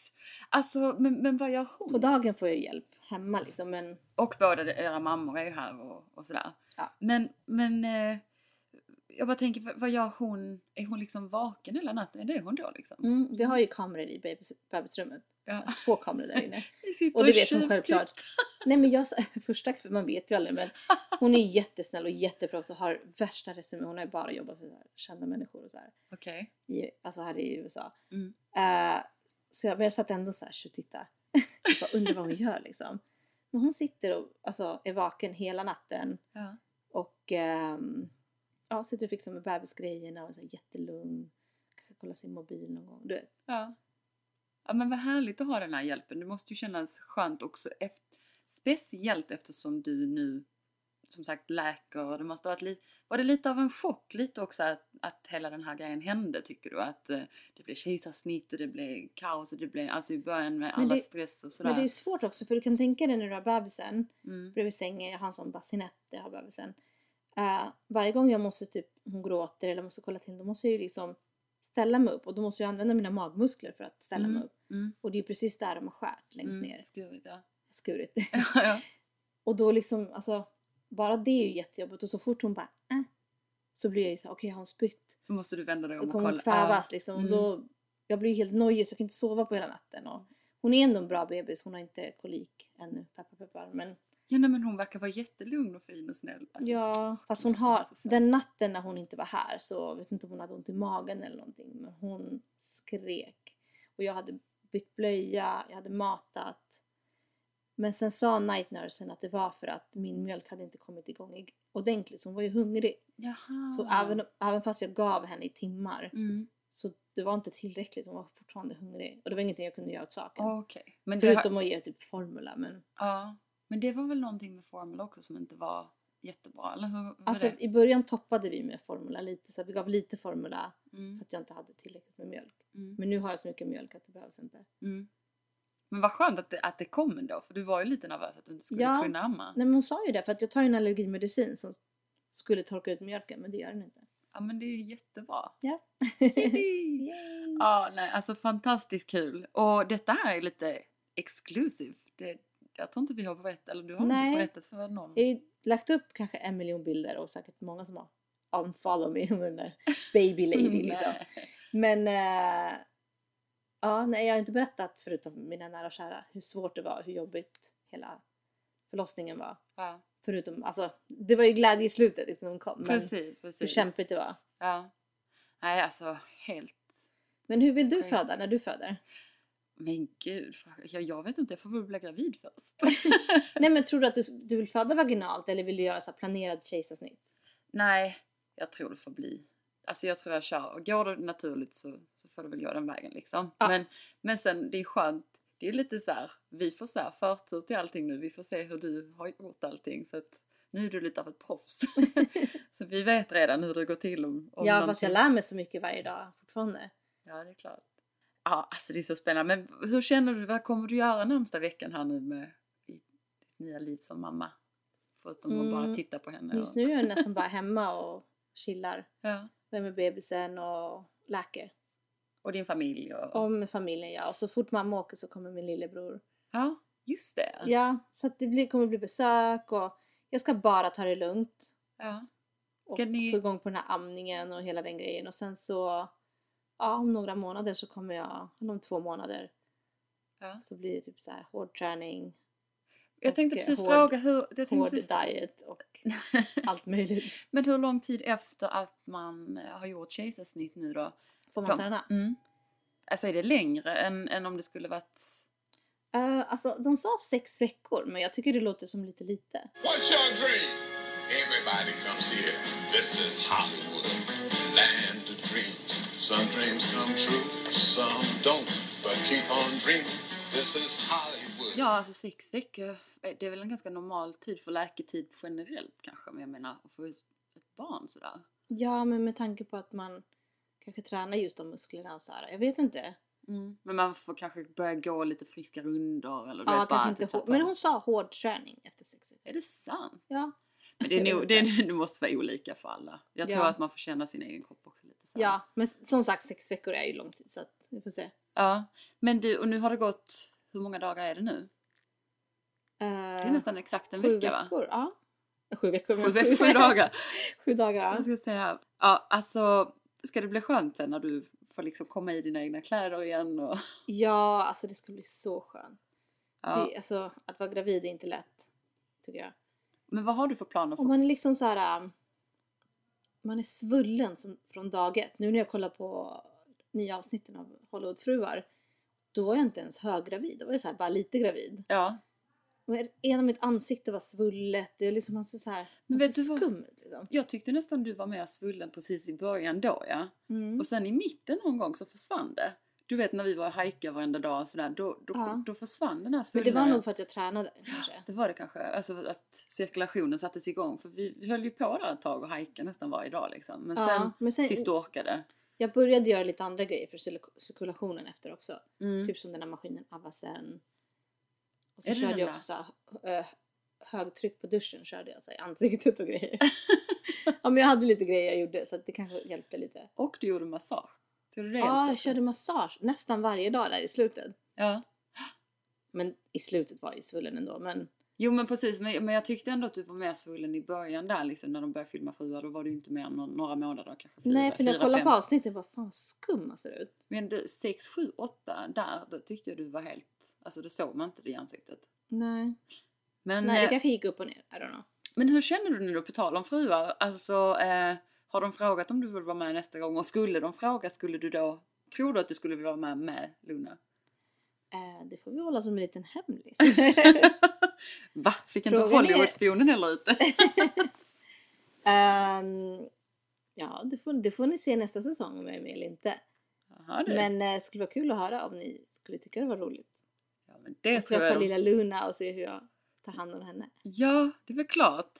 S2: Alltså men, men vad gör
S3: på
S2: hon?
S3: dagen får jag hjälp hemma liksom men
S2: Och båda era mammor är ju här och, och sådär.
S3: Ja.
S2: Men, men eh, jag bara tänker, vad- vad gör hon? Är hon liksom vaken hela natten? Är det hon då liksom?
S3: mm, vi har ju kameror i bebis, bebisrummet.
S2: Ja.
S3: Två kameror där inne.
S2: Vi sitter
S3: Och det vet hon
S2: tjuvtittar.
S3: självklart. Nej men jag, första för man vet ju aldrig men hon är jättesnäll och jätteproffs och har värsta resumé. Hon har ju bara jobbat för så här, kända människor och så här,
S2: Okej.
S3: i, alltså här i USA.
S2: Mm.
S3: Eh, så jag, men jag satt ändå så här "Shit, titta. Jag bara, undrar vad hon gör liksom. Men hon sitter och alltså, är vaken hela natten
S2: Ja.
S3: och ehm, ja, sitter och fixar med bebisgrejerna och är så här, jättelugn. Kanske kollar sin mobil någon gång. Du vet.
S2: Ja. Ja men vad härligt att ha den här hjälpen. Det måste ju kännas skönt också. Efter, speciellt eftersom du nu som sagt läker. Det måste ha varit li- var det lite av en chock lite också att, att hela den här grejen hände tycker du? Att eh, det blev kejsarsnitt och det blev kaos och det blev alltså i början med
S3: Men
S2: alla
S3: det-
S2: stress och sådär.
S3: Men det är svårt också för du kan tänka dig när du har bebisen.
S2: mm.
S3: bredvid sängen, jag har en sån bassinett där jag har bebisen. Eh, varje gång jag måste typ, hon gråter eller måste kolla till då måste jag ju liksom ställa mig upp och då måste jag använda mina magmuskler för att ställa mig upp.
S2: Mm.
S3: Och det är ju precis där de har skärt längst
S2: Mm.
S3: ner,
S2: Skurit, ja.
S3: skurit.
S2: ja.
S3: och då liksom, alltså bara det är ju jättejobbigt och så fort hon bara eh, så blir jag ju såhär, okej har hon spytt?
S2: Så måste du vända dig om
S3: Då
S2: och
S3: kommer
S2: kolla.
S3: hon kvävas liksom. Och
S2: Mm.
S3: då, jag blir ju helt nojig så jag kan inte sova på hela natten. Och hon är ändå en bra bebis, hon har inte kolik ännu, peppar peppar. Men
S2: Ja nej, men hon verkar vara jättelugn och fin och snäll. Alltså,
S3: Ja, fast hon
S2: som är
S3: har,
S2: så söt.
S3: den natten när hon inte var här så vet inte om hon hade ont i magen eller någonting men hon skrek. Och jag hade bytt blöja, jag hade matat. Men sen sa nightnursen att det var för att min mjölk hade inte kommit igång ig- ordentligt så hon var ju hungrig.
S2: Jaha.
S3: Så även, även fast jag gav henne i timmar
S2: Mm.
S3: så det var inte tillräckligt, hon var fortfarande hungrig. Och det var ingenting jag kunde göra åt saken.
S2: Okej. Men det har-
S3: Förutom att ge typ formula men
S2: Ja, men det var väl någonting med Formel också som inte var jättebra, eller hur? hur var
S3: Alltså
S2: det?
S3: i början toppade vi med formula lite så vi gav lite formula
S2: Mm.
S3: för att jag inte hade tillräckligt med mjölk.
S2: Mm.
S3: Men nu har jag så mycket mjölk att det behövs inte.
S2: Mm. Men vad skönt att det, att det kom ändå, för du var ju lite nervös att du inte skulle
S3: Ja.
S2: kunna amma.
S3: Nej men hon sa ju det för att jag tar ju en allergimedicin som skulle torka ut mjölken men det gör den inte.
S2: Ja, men det är ju jättebra.
S3: Ja. Yay.
S2: Ja, nej, alltså fantastiskt kul. Och detta här är lite exclusive. Det, jag tror inte vi har berättat, eller du har
S3: Nej.
S2: inte berättat för någon.
S3: Jag har ju lagt upp kanske en miljon bilder och säkert många som har unfollow me under baby lady liksom.
S2: Mm, Nej.
S3: Men eh, ja, nej jag har inte berättat förutom mina nära och kära hur svårt det var, hur jobbigt hela förlossningen var.
S2: Ja,
S3: Förutom, alltså det var ju glädje i slutet liksom, när hon kom. Men
S2: precis, precis.
S3: hur kämpigt det var.
S2: Ja. Nej, alltså helt
S3: Men hur vill du
S2: Ja, just
S3: föda när du föder?
S2: Men gud, fan, jag, jag vet inte, jag får väl bli gravid först.
S3: Nej men tror du att du, du vill föda vaginalt eller vill du göra så här planerad kejsarsnitt?
S2: Nej, jag tror det får bli. Alltså jag tror jag kör, och går det naturligt så, så får det väl gå den vägen liksom.
S3: Ja.
S2: Men, men sen det är skönt, det är lite så här, vi får så här förtur till allting nu, vi får se hur du har gjort allting så att nu är du lite av ett proffs. så vi vet redan hur det går till om, om
S3: ja fast
S2: någonting-
S3: jag lär mig så mycket varje dag fortfarande.
S2: Ja, det är klart. Ja, alltså det är så spännande. Men hur känner du, vad kommer du göra närmsta veckan här nu med i ditt nya liv som mamma? Förutom att bara
S3: Mm,
S2: titta på henne.
S3: Just
S2: och-
S3: nu är jag nästan bara hemma och chillar.
S2: Ja.
S3: Jag är med bebisen och läker.
S2: Och din familj och...
S3: Och med familjen ja. Och så fort mamma åker så kommer min lillebror.
S2: Ja, just det.
S3: Ja, så att det blir, kommer bli besök och jag ska bara ta det lugnt.
S2: Ja.
S3: Och
S2: Ska ni-
S3: få igång på den här amningen och hela den grejen. Och sen så, ja om några månader så kommer jag, eller om två månader
S2: Ja.
S3: så blir det typ så här hård träning,
S2: Jag tänkte
S3: Och, eh,
S2: precis
S3: hård-
S2: fråga hur... Jag tänkte
S3: hård
S2: precis,
S3: diet och allt möjligt.
S2: Men hur lång tid efter att man eh, har gjort kejsarsnitt nu då?
S3: Får man
S2: För-
S3: träna?
S2: Mm. Alltså är det längre än, än om det skulle varit...
S3: Eh, alltså, de sa sex veckor, men jag tycker det låter som lite lite.
S1: What's your dream? Everybody comes here. This is Hollywood, land of dreams. Some dreams come true, some don't. But keep on dreaming. This is Hollywood.
S2: Ja, alltså sex veckor. Eh, Det är väl en ganska normal tid för läketid generellt kanske. Men jag menar, att få ut ett barn sådär.
S3: Ja, men med tanke på att man kanske tränar just de musklerna och så här. Jag vet inte. Mm.
S2: Men man får kanske börja gå lite friska rundor eller du
S3: Ja,
S2: vet, bara
S3: kanske
S2: typ
S3: inte
S2: så
S3: hår.
S2: att-
S3: Men hon sa hård träning efter sex veckor.
S2: Är det sant?
S3: Ja.
S2: Men det, är nog, det, är- det måste vara olika för alla. Jag tror
S3: Ja.
S2: att man får känna sin egen kropp också lite så. här.
S3: Ja, men som sagt sex veckor är ju lång tid så att vi får se. Eh,
S2: ja. Men du, och nu har det gått, hur många dagar är det nu? Det är nästan exakt en vecka va?
S3: Eh, veckor, ja. Sju veckor. men
S2: Sju, veck- sju dagar.
S3: Sju dagar,
S2: Jag
S3: ja.
S2: ska säga. Ja, alltså, ska det bli skönt sen när du får liksom komma i dina egna kläder igen och...
S3: Ja, alltså det ska bli så skönt.
S2: Ja.
S3: Det, alltså, att vara gravid är inte lätt, tycker jag.
S2: Men vad har du för planer? För...
S3: Och man är liksom så här. ähm, Man är svullen som, från dag ett. Nu när jag kollar på nya avsnitten av Hollywoodfruar. Då var jag inte ens höggravid. Då var jag så här, bara lite gravid.
S2: Ja.
S3: Men ena mitt ansikte var svullet. Det är liksom man ser så här.
S2: Men
S3: Men
S2: vet
S3: vet så
S2: du vad-
S3: skum ut liksom.
S2: Jag tyckte nästan du var mer svullen precis i början då ja.
S3: Mm.
S2: Och sen i mitten någon gång så försvann det. Du vet när vi var och hajkade varenda dag och sådär, då, då,
S3: Ja.
S2: då försvann den här
S3: Men
S2: svullnaden.
S3: det var nog för att jag tränade kanske.
S2: Det var det kanske, alltså att cirkulationen sattes igång. För vi, vi höll ju på där ett tag och hajkade nästan varje dag liksom. Men,
S3: Ja,
S2: sen,
S3: men sen-
S2: tills du orkade.
S3: Jag började göra lite andra grejer för cirku- cirkulationen efter också. Typ som den här maskinen Avasen. Och
S2: Mm.
S3: så
S2: Är det
S3: körde
S2: den
S3: jag
S2: där?
S3: också så här, ö, högtryck på duschen körde jag så här, i ansiktet och grejer. ja men jag hade lite grejer jag gjorde så att det kanske hjälpte lite.
S2: Och du gjorde massage. Så det
S3: Ja,
S2: hjälpte
S3: jag
S2: också?
S3: körde massage nästan varje dag där i slutet.
S2: Ja.
S3: Men i slutet var jag ju svullen ändå men
S2: Jo men precis, men, men jag tyckte ändå att du var mer svullen i början där liksom när de började filma fruar. Då var du inte mer än någon, några månader kanske. Fyra,
S3: Nej för när jag
S2: fyra,
S3: kollar
S2: fem.
S3: på avsnittet bara fan vad skum man ser ut.
S2: Men du, sex, sju, åtta där, då tyckte jag du var helt... Alltså då såg man inte det i ansiktet.
S3: Nej.
S2: Men,
S3: Nej det
S2: eh,
S3: kanske gick upp och ner, I don't know.
S2: men hur känner du nu då på tal om fruar? Alltså eh, har de frågat om du vill vara med nästa gång? Och skulle de fråga, skulle du då... Tror du att du skulle vilja vara med med Luna?
S3: Eh, det får vi hålla som en liten hemlis.
S2: Va? Fick inte
S3: Frågan är-
S2: Hollywoodspionen heller ut det?
S3: Ehm, ja, det får, det får ni se nästa säsong om jag är med eller inte.
S2: Jaha, du.
S3: Men eh, skulle vara kul att höra om ni skulle tycka det var roligt.
S2: ja, men det
S3: Att
S2: tror
S3: träffa
S2: jag de...
S3: lilla Luna och se hur jag tar hand om henne.
S2: Ja, det är väl klart.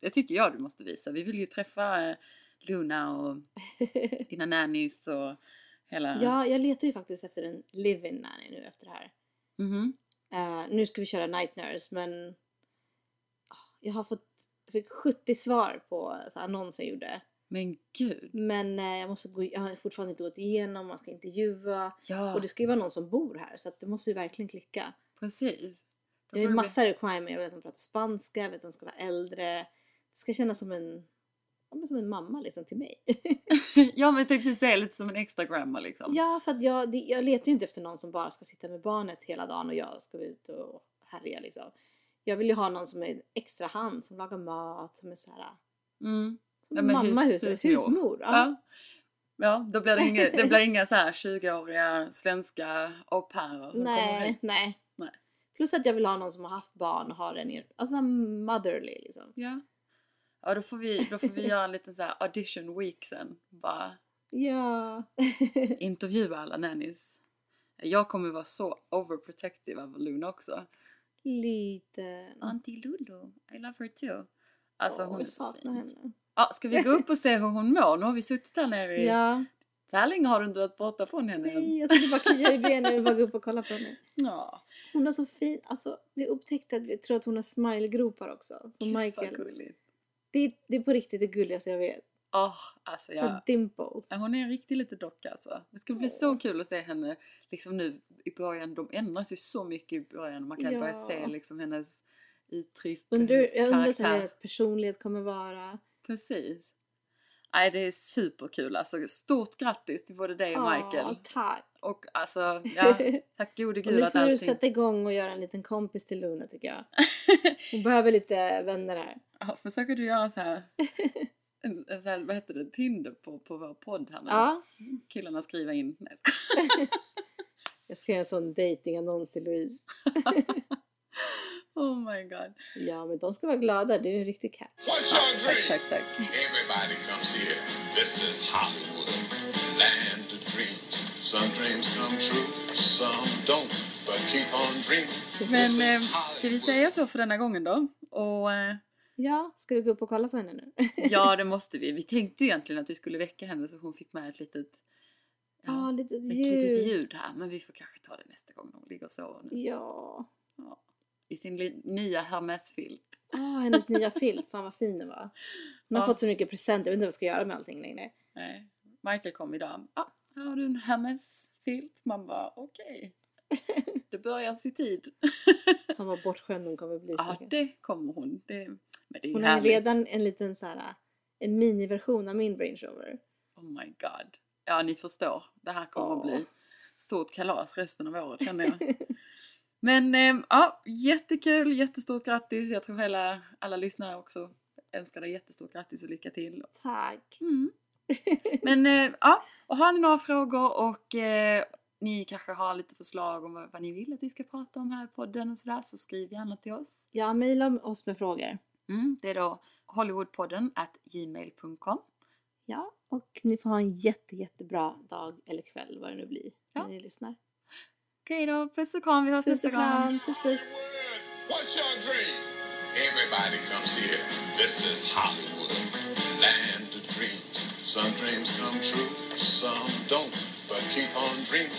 S2: Det tycker jag du måste visa. Vi vill ju träffa eh, Luna och dina nannies och hela...
S3: Ja, jag letar ju faktiskt efter en live-in nanny nu efter det här.
S2: Mhm.
S3: Eh, nu ska vi köra night nurse men ah, jag har fått jag fick 70 svar på så, annonser jag gjorde.
S2: Men gud.
S3: Men eh, jag, måste gå, jag har fortfarande inte gått igenom, man ska intervjua.
S2: Ja,
S3: Och det ska ju vara någon som bor här så att det måste ju verkligen klicka.
S2: precis. Då får
S3: Jag har ju
S2: du
S3: massa requirements. Jag vill att de pratar spanska, jag vill att de ska vara äldre. Det ska kännas som en, ja, men som en mamma liksom till mig.
S2: bli- ja, men typ precis det är lite som en extra grandma liksom.
S3: ja, för att jag, det, jag letar ju inte efter någon som bara ska sitta med barnet hela dagen och jag ska ut och härja liksom. Jag vill ju ha någon som är en extra hand, som lagar mat, som är så här,
S2: Mm.
S3: som
S2: Ja,
S3: en
S2: men
S3: mamma
S2: hus-
S3: hus, husmor. ja.
S2: Ja. ja, då blir det inga, det blir inga så här 20-åriga svenska au pairer som kommer
S3: Nej,
S2: hit.
S3: nej.
S2: Nej.
S3: Plus att jag vill ha någon som har haft barn och har en, er- alltså motherly liksom.
S2: Ja. Ja, då får vi, då får vi göra en liten så här audition week sen. Bara
S3: Ja.
S2: intervjua alla nannies. Jag kommer vara så overprotective av Luna också.
S3: Mm. Liten.
S2: Auntie Lulu, I love her too. Alltså
S3: Åh,
S2: hon är
S3: jag
S2: så
S3: saknar
S2: fin.
S3: henne.
S2: Ja, ska vi gå upp och se hur hon mår? Nu har vi suttit här nere i...
S3: Ja.
S2: Så här länge har du inte varit borta från henne
S3: Nej, jag sitter bara och kliar i benen och vill bara gå upp och kolla på henne.
S2: Ja,
S3: Hon har så fin, alltså vi upptäckte att vi tror att hon har smilegropar också. Som
S2: gud vad
S3: Michael.
S2: gulligt.
S3: Det är, det är på riktigt det gulligaste jag vet.
S2: Åh, alltså
S3: Så
S2: jag...
S3: dimples.
S2: Ja, Hon är en riktig liten docka alltså. Det ska bli så kul att se henne liksom nu i början. De ändras ju så mycket i början. Man kan
S3: Ja.
S2: börja se liksom hennes uttryck och
S3: Undrar,
S2: hennes
S3: jag undrar så
S2: karaktär.
S3: här hur hennes personlighet kommer vara.
S2: Precis. Nej, det är superkul alltså. Stort grattis till både dig och
S3: Ja,
S2: Michael.
S3: Ah, tack.
S2: Och alltså, ja, tack gode
S3: Och
S2: gud
S3: nu
S2: att
S3: får du
S2: allting...
S3: sätta igång och göra en liten kompis till Luna tycker jag. Hon behöver lite vänner här.
S2: Ja, försöker du göra så här en, en sån här, vad heter det, Tinder på, på vår podd här nu.
S3: Ja.
S2: Killarna skriver in. Nej, jag skojar.
S3: Jag ska göra en sån dejtingannons till Louise.
S2: Oh my god.
S3: Ja, men de ska vara glada. Du är en riktig catch.
S1: What's your
S2: Tack,
S1: dream?
S2: tack, tack.
S1: Everybody comes here. This is Hollywood, land of dreams. Some dreams come true, some don't. But keep on dreaming.
S2: Men eh, ska vi säga så för denna gången då? Och eh,
S3: Ja, ska vi gå upp och kolla på henne nu? Ja,
S2: ja, det måste vi. Vi tänkte ju egentligen att vi skulle väcka henne så hon fick med ett litet,
S3: lite
S2: ett litet
S3: ljud.
S2: ljud här. Men vi får kanske ta det nästa gång när hon ligger och sover nu.
S3: Ja.
S2: Ja. I sin li- nya Hermes-filt.
S3: Ah, hennes nya filt. Fan vad fin den var. Hon har
S2: Ja.
S3: fått så mycket presenter. Jag vet inte vad jag ska göra med allting längre.
S2: Nej. Michael kom idag. Ja, här har du en Hermes-filt. Man bara, okej. Det börjar sin tid.
S3: Han var bortskämd hon kommer bli.
S2: Ja,
S3: säkert.
S2: det kommer hon. Det, men det är ju
S3: Hon har ju
S2: härligt.
S3: redan en liten så här, en miniversion av min Range Rover.
S2: Oh my god. Ja, ni förstår. Det här kommer att
S3: Ja.
S2: bli stort kalas resten av året känner jag. Men eh, ja, jättekul, jättestort grattis. Jag tror hela, alla lyssnare också önskar dig jättestort grattis och lycka till.
S3: Tack.
S2: Mm. Men eh, ja, och har ni några frågor och eh, ni kanske har lite förslag om vad, vad ni vill att vi ska prata om här i podden och sådär så skriv gärna till oss.
S3: Ja, mejla oss med frågor.
S2: Mm, det är då hollywoodpodden at gmail.com.
S3: Ja, och ni får ha en jätte, jättebra dag eller kväll vad det nu blir
S2: Ja.
S3: när ni lyssnar.
S2: Okej då, puss och kram, vi hörs
S3: Puss
S2: nästa
S3: och
S2: gång.
S3: kram, puss puss.
S1: What's your dream? Everybody comes here. This is Hollywood, land of dreams. Some dreams come true, some don't. But keep on dreaming.